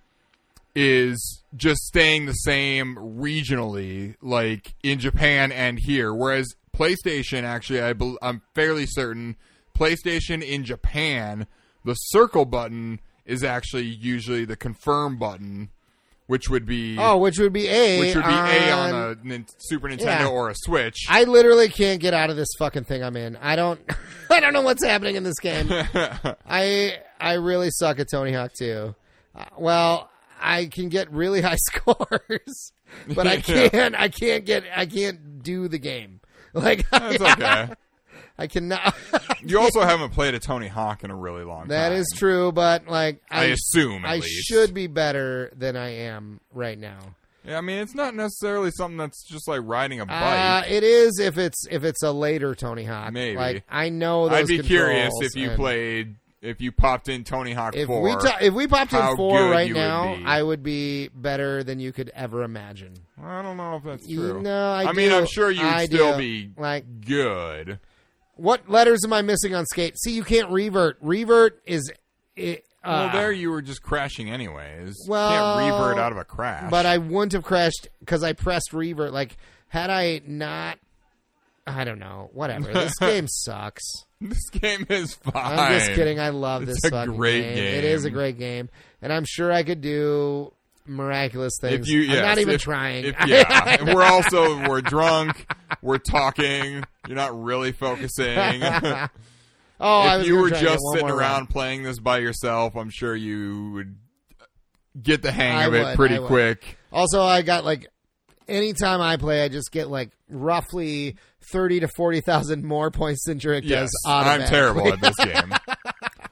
A: is just staying the same regionally, like in Japan and here. Whereas PlayStation, actually, I bel I'm fairly certain PlayStation in Japan, the circle button is actually usually the confirm button, which would be
B: Oh, which would be A.
A: which would be A on
B: on-
A: a nin- Super Nintendo
B: Yeah.
A: or a Switch.
B: I literally can't get out of this fucking thing I'm in. I don't I don't know what's happening in this game. I I really suck at Tony Hawk 2. Uh, well, I can get really high scores, but I
A: Yeah.
B: can't I can't get I can't do the game. Like
A: That's okay.
B: I cannot
A: you also haven't played a Tony Hawk in a really long time.
B: That is true, but like
A: I assume, at
B: I
A: least.
B: should be better than I am right now.
A: Yeah, I mean, it's not necessarily something that's just like riding a
B: Uh,
A: bike.
B: it is if it's if it's a later Tony Hawk.
A: Maybe.
B: Like I know those
A: I'd be curious
B: controls
A: if you
B: and-
A: played, if you popped in Tony Hawk
B: If
A: 4.
B: we ta- if we popped
A: how
B: in four
A: good
B: right
A: you would
B: now,
A: be.
B: I would be better than you could ever imagine.
A: I don't know if that's
B: You-
A: true.
B: no, I
A: mean,
B: do.
A: I'm sure you'd
B: I
A: still
B: do.
A: be
B: Like-
A: good.
B: What letters am I missing on skate? See, you can't revert. Revert is it, uh,
A: well, there you were just crashing anyways.
B: well,
A: you can't revert out of a crash.
B: but I wouldn't have crashed because I pressed revert. Like had I not, I don't know. Whatever. This game sucks.
A: this game is fine.
B: I'm just kidding. I love
A: It's
B: this.
A: a
B: fucking
A: great
B: It
A: game.
B: is a great game, and I'm sure I could do miraculous
A: If
B: things.
A: you, yes,
B: I'm not even
A: if-
B: trying.
A: If, yeah, and we're also we're drunk. We're talking. You're not really focusing.
B: oh, I
A: if
B: was
A: you
B: gonna
A: were
B: try and get
A: just
B: one
A: sitting
B: more
A: around
B: round.
A: playing this by yourself, I'm sure you would get the hang
B: I
A: of it
B: would,
A: pretty
B: I would.
A: quick.
B: Also, I got like anytime I play, I just get like roughly thirty to forty thousand more points than Drake
A: Yes,
B: does.
A: I'm
B: automatically.
A: terrible at this game because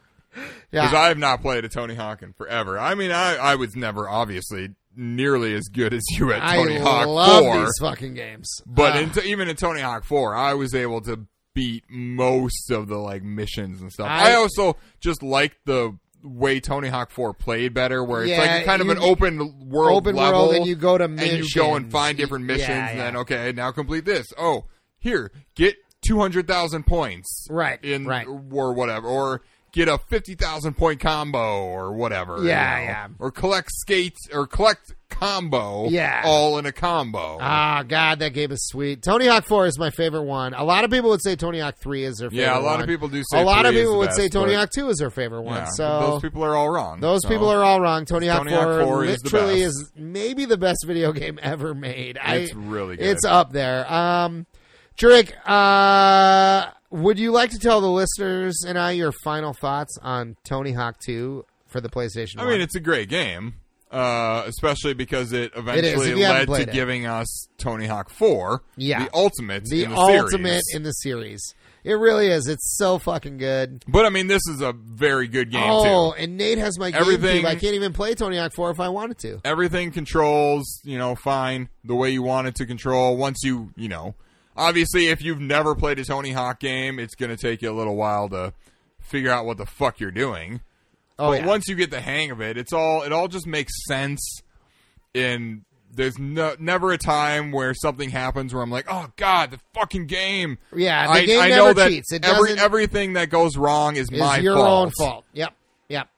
B: Yeah.
A: I have not played a Tony Hawk in forever. I mean, I, I was never obviously nearly as good as you at
B: I
A: Tony Hawk
B: love
A: Four,
B: these fucking games.
A: but
B: Uh,
A: in even in Tony Hawk Four, I was able to beat most of the like missions and stuff. I,
B: I-
A: also just liked the way Tony Hawk Four played better, where it's
B: Yeah,
A: like kind of
B: you-
A: an open world
B: open
A: level,
B: world, and you go to
A: and
B: missions.
A: you go and find different missions,
B: Yeah,
A: and
B: yeah.
A: then okay, now complete this. Oh, here, get two hundred thousand points,
B: Right,
A: In
B: right.
A: or whatever, or get a fifty thousand point combo or whatever.
B: Yeah,
A: you know.
B: yeah.
A: Or collect skates or collect combo.
B: Yeah.
A: all in a combo.
B: Ah, God, that game is sweet. Tony Hawk 4 is my favorite one. A lot of people would say Tony Hawk 3 is their favorite
A: Yeah, a lot of
B: one.
A: people do say
B: A lot of
A: 3 is
B: people
A: the
B: would
A: best,
B: say Tony
A: but-
B: Hawk 2 is their favorite one.
A: Yeah,
B: so
A: but those people are all wrong.
B: Those
A: so.
B: people are all wrong. Tony Hawk
A: Tony
B: 4,
A: Hawk 4 is the
B: literally
A: best.
B: is maybe the best video game ever made. I,
A: It's really good.
B: It's up there. Um, Jurek, uh, would you like to tell the listeners and I your final thoughts on Tony Hawk 2 for the PlayStation
A: I
B: 1?
A: mean, it's a great game. uh, especially because it eventually
B: if you haven't
A: led to
B: played it.
A: giving us Tony Hawk Four,
B: Yeah.
A: the ultimate,
B: the,
A: in the
B: ultimate
A: series.
B: in the series. It really is. It's so fucking good.
A: But I mean, this is a very good game
B: oh,
A: too.
B: and Nate has my
A: Everything-
B: GameCube. I can't even play Tony Hawk 4 if I wanted to.
A: Everything controls, you know, fine the way you want it to control. Once you, you know, obviously, if you've never played a Tony Hawk game, it's going to take you a little while to figure out what the fuck you're doing.
B: Oh,
A: but
B: yeah.
A: once you get the hang of it, it's all it all just makes sense. And there's no, never a time where something happens where I'm like, oh god, the fucking game.
B: Yeah, the
A: I,
B: game
A: I
B: never
A: know that
B: cheats. It
A: every
B: doesn't-
A: everything that goes wrong is,
B: It's
A: my
B: your
A: fault.
B: own fault. Yep. Yep.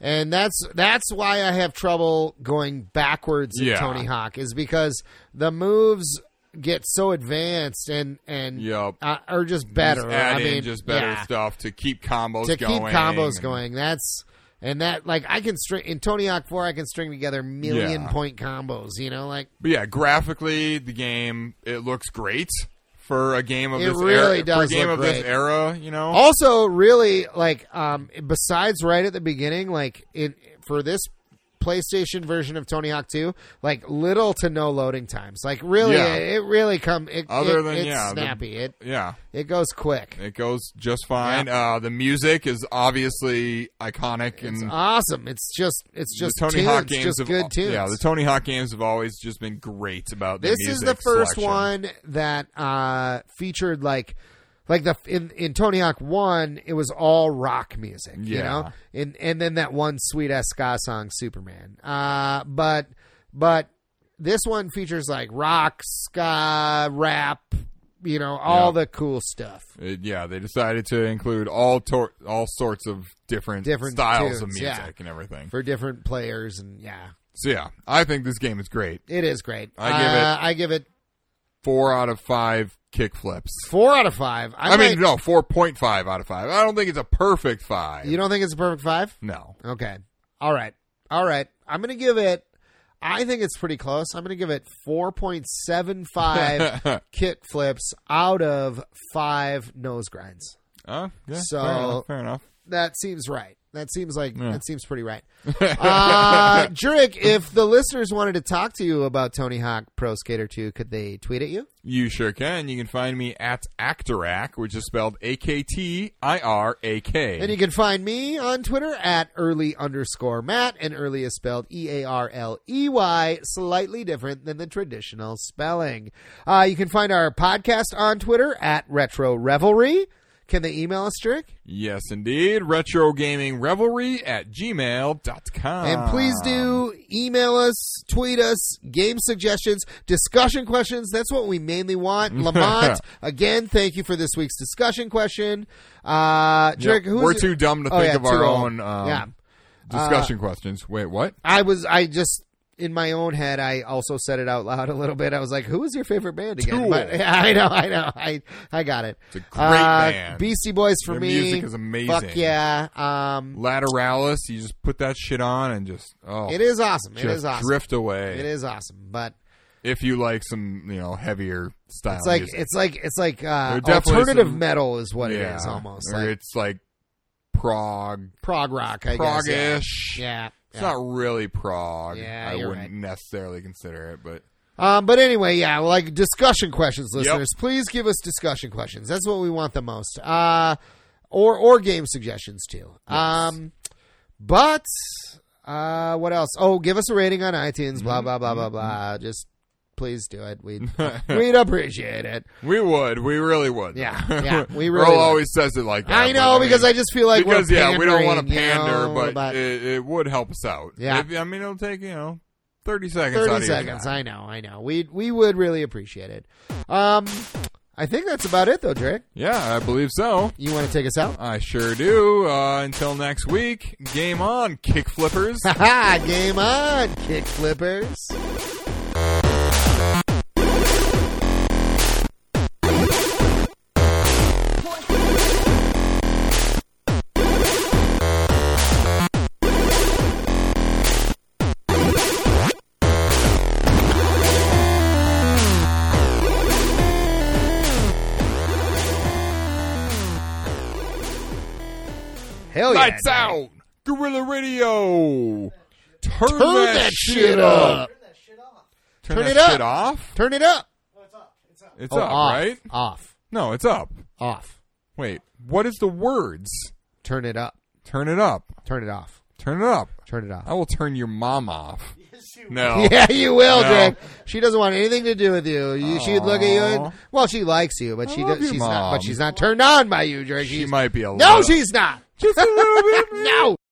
B: And that's that's why I have trouble going backwards in
A: Yeah.
B: Tony Hawk is because the moves get so advanced and and
A: Yep.
B: uh, are just
A: Just
B: better.
A: add
B: I mean,
A: in just better
B: yeah.
A: stuff to keep combos
B: to
A: going.
B: keep combos
A: and-
B: going. That's and that like I can string in Tony Hawk Four. I can string together million
A: Yeah.
B: point combos. You know, like
A: But yeah, graphically, the game it looks great for a game of
B: It
A: this
B: really
A: era. for a
B: does
A: game
B: look
A: of this
B: great. Oh.
A: era, you know.
B: also really like um besides right at the beginning like in for this PlayStation version of Tony Hawk 2 like little to no loading times like really
A: Yeah.
B: it, it really come it,
A: Other
B: it-
A: than,
B: it's
A: yeah, the-
B: snappy it
A: yeah,
B: it goes quick
A: it goes just fine. Uh, the music is obviously iconic
B: it's
A: and
B: awesome it's just it's just
A: the Tony
B: tunes,
A: Hawk games
B: just
A: have,
B: good tunes
A: Yeah, the Tony Hawk games have always just been great about the
B: this is
A: music
B: the first
A: selection.
B: one that uh featured like like the in, in Tony Hawk one, it was all rock music, you
A: Yeah.
B: know, and and then that one sweet ass ska song, Superman. Uh, but but this one features like rock, ska, rap, you know, all
A: Yeah.
B: the cool stuff.
A: It- yeah, they decided to include all tor- all sorts of different
B: Different
A: styles of
B: tunes,
A: music
B: yeah.
A: and everything.
B: For different players, and yeah,
A: So yeah, I think this game is great.
B: it is great.
A: I give it-
B: Uh, I give it
A: Four out of five kick flips.
B: four out of five. I,
A: I, mean,
B: might-
A: no, four point five out of five. I don't think it's a perfect five.
B: you don't think it's a perfect five?
A: no,
B: Okay. All right. All right. I'm going to give it. I think it's pretty close. I'm going to give it 4.75 kick flips out of five nose grinds.
A: Oh, yeah,
B: So-
A: fair enough. Fair enough.
B: That seems right. That seems like
A: Yeah.
B: that seems pretty right. uh, Jurek, if the listeners wanted to talk to you about Tony Hawk Pro Skater 2, could they tweet at you?
A: You sure can. You can find me at Actorac, which is spelled A K T I R A K.
B: And you can find me on Twitter at early underscore Matt, and early is spelled E A R L E Y, slightly different than the traditional spelling. Uh, you can find our podcast on Twitter at Retro Revelry. Can they email us, Jerick?
A: Yes, indeed. Retro Gaming Revelry at gmail.com.
B: And please
A: Um.
B: do email us, tweet us, game suggestions, discussion questions. That's what we mainly want. Lamont, again, thank you for this week's discussion question. Uh,
A: Yep.
B: Jerick, who's
A: We're too dumb to
B: Oh,
A: think
B: yeah,
A: of our
B: too old.
A: own um,
B: yeah. uh,
A: discussion questions. Wait, what?
B: I was I just in my own head I also said it out loud a little bit. I was like, "Who is your favorite band again?"
A: Tool.
B: But- yeah, I know, I know, I I got it. Uh,
A: It's a great band.
B: Beastie Boys for
A: Their
B: me.
A: music is amazing.
B: Fuck yeah, um,
A: Lateralis, you just put that shit on and just, oh,
B: it is awesome. It
A: just
B: is awesome.
A: drift away.
B: It is awesome. But
A: If you like some, you know, heavier style
B: it's like
A: music.
B: it's like it's like uh,
A: are definitely
B: alternative
A: some-
B: metal is what it
A: Yeah.
B: is almost
A: Or
B: like
A: it's like prog,
B: prog rock. I guess yeah.
A: prog-ish.
B: Yeah.
A: It's
B: yeah.
A: not really prog.
B: Yeah,
A: I
B: you're
A: wouldn't
B: right.
A: necessarily consider it, but
B: Um, but anyway, yeah, like discussion questions, listeners. Please give us discussion questions. That's what we want the most. Uh, or or game suggestions too. Um, but uh, what else? Oh, give us a rating on iTunes.
A: Mm-hmm.
B: Blah blah blah blah blah. Just please do it. We'd we'd appreciate it.
A: we would. We really would.
B: Yeah, yeah, we
A: Earl
B: really would.
A: always says it like that.
B: I
A: but
B: know because
A: mean-
B: I just feel like we're
A: because yeah, we don't want to
B: pandering, you
A: pander,
B: know,
A: but, it, it would help us out.
B: Yeah.
A: If- I mean it'll take you know thirty seconds. out of
B: thirty
A: your
B: seconds.
A: time.
B: I know, I know. We we would really appreciate it. Um, I think that's about it though, Drake.
A: Yeah, I believe so.
B: You want to take us out?
A: I sure do. Uh, until next week, game on, kick flippers.
B: Ha Game on, kick flippers. Hell yeah!
A: Lights
B: dude.
A: out, Gorilla Radio. Turn,
B: Turn that, shit up.
A: Turn,
B: Turn
A: that
B: it up.
A: shit off.
B: Turn it up.
A: It's
B: Oh,
A: up,
B: off.
A: right?
B: Off.
A: No, it's up.
B: Off.
A: Wait, what is the words?
B: Turn it up.
A: Turn it up.
B: Turn it off.
A: Turn it up.
B: Turn it off.
A: I will turn your mom off. No.
B: Yeah, you will,
A: Oh. No.
B: Jake. She doesn't want anything to do with you. you she'd look at you. and Well, she likes you, but she
A: love
B: does,
A: you,
B: she's not.
A: Mom.
B: But she's not turned on by you, Drake.
A: She
B: She's-
A: might be a
B: No,
A: little-
B: she's not.
A: Just a little bit.
B: no.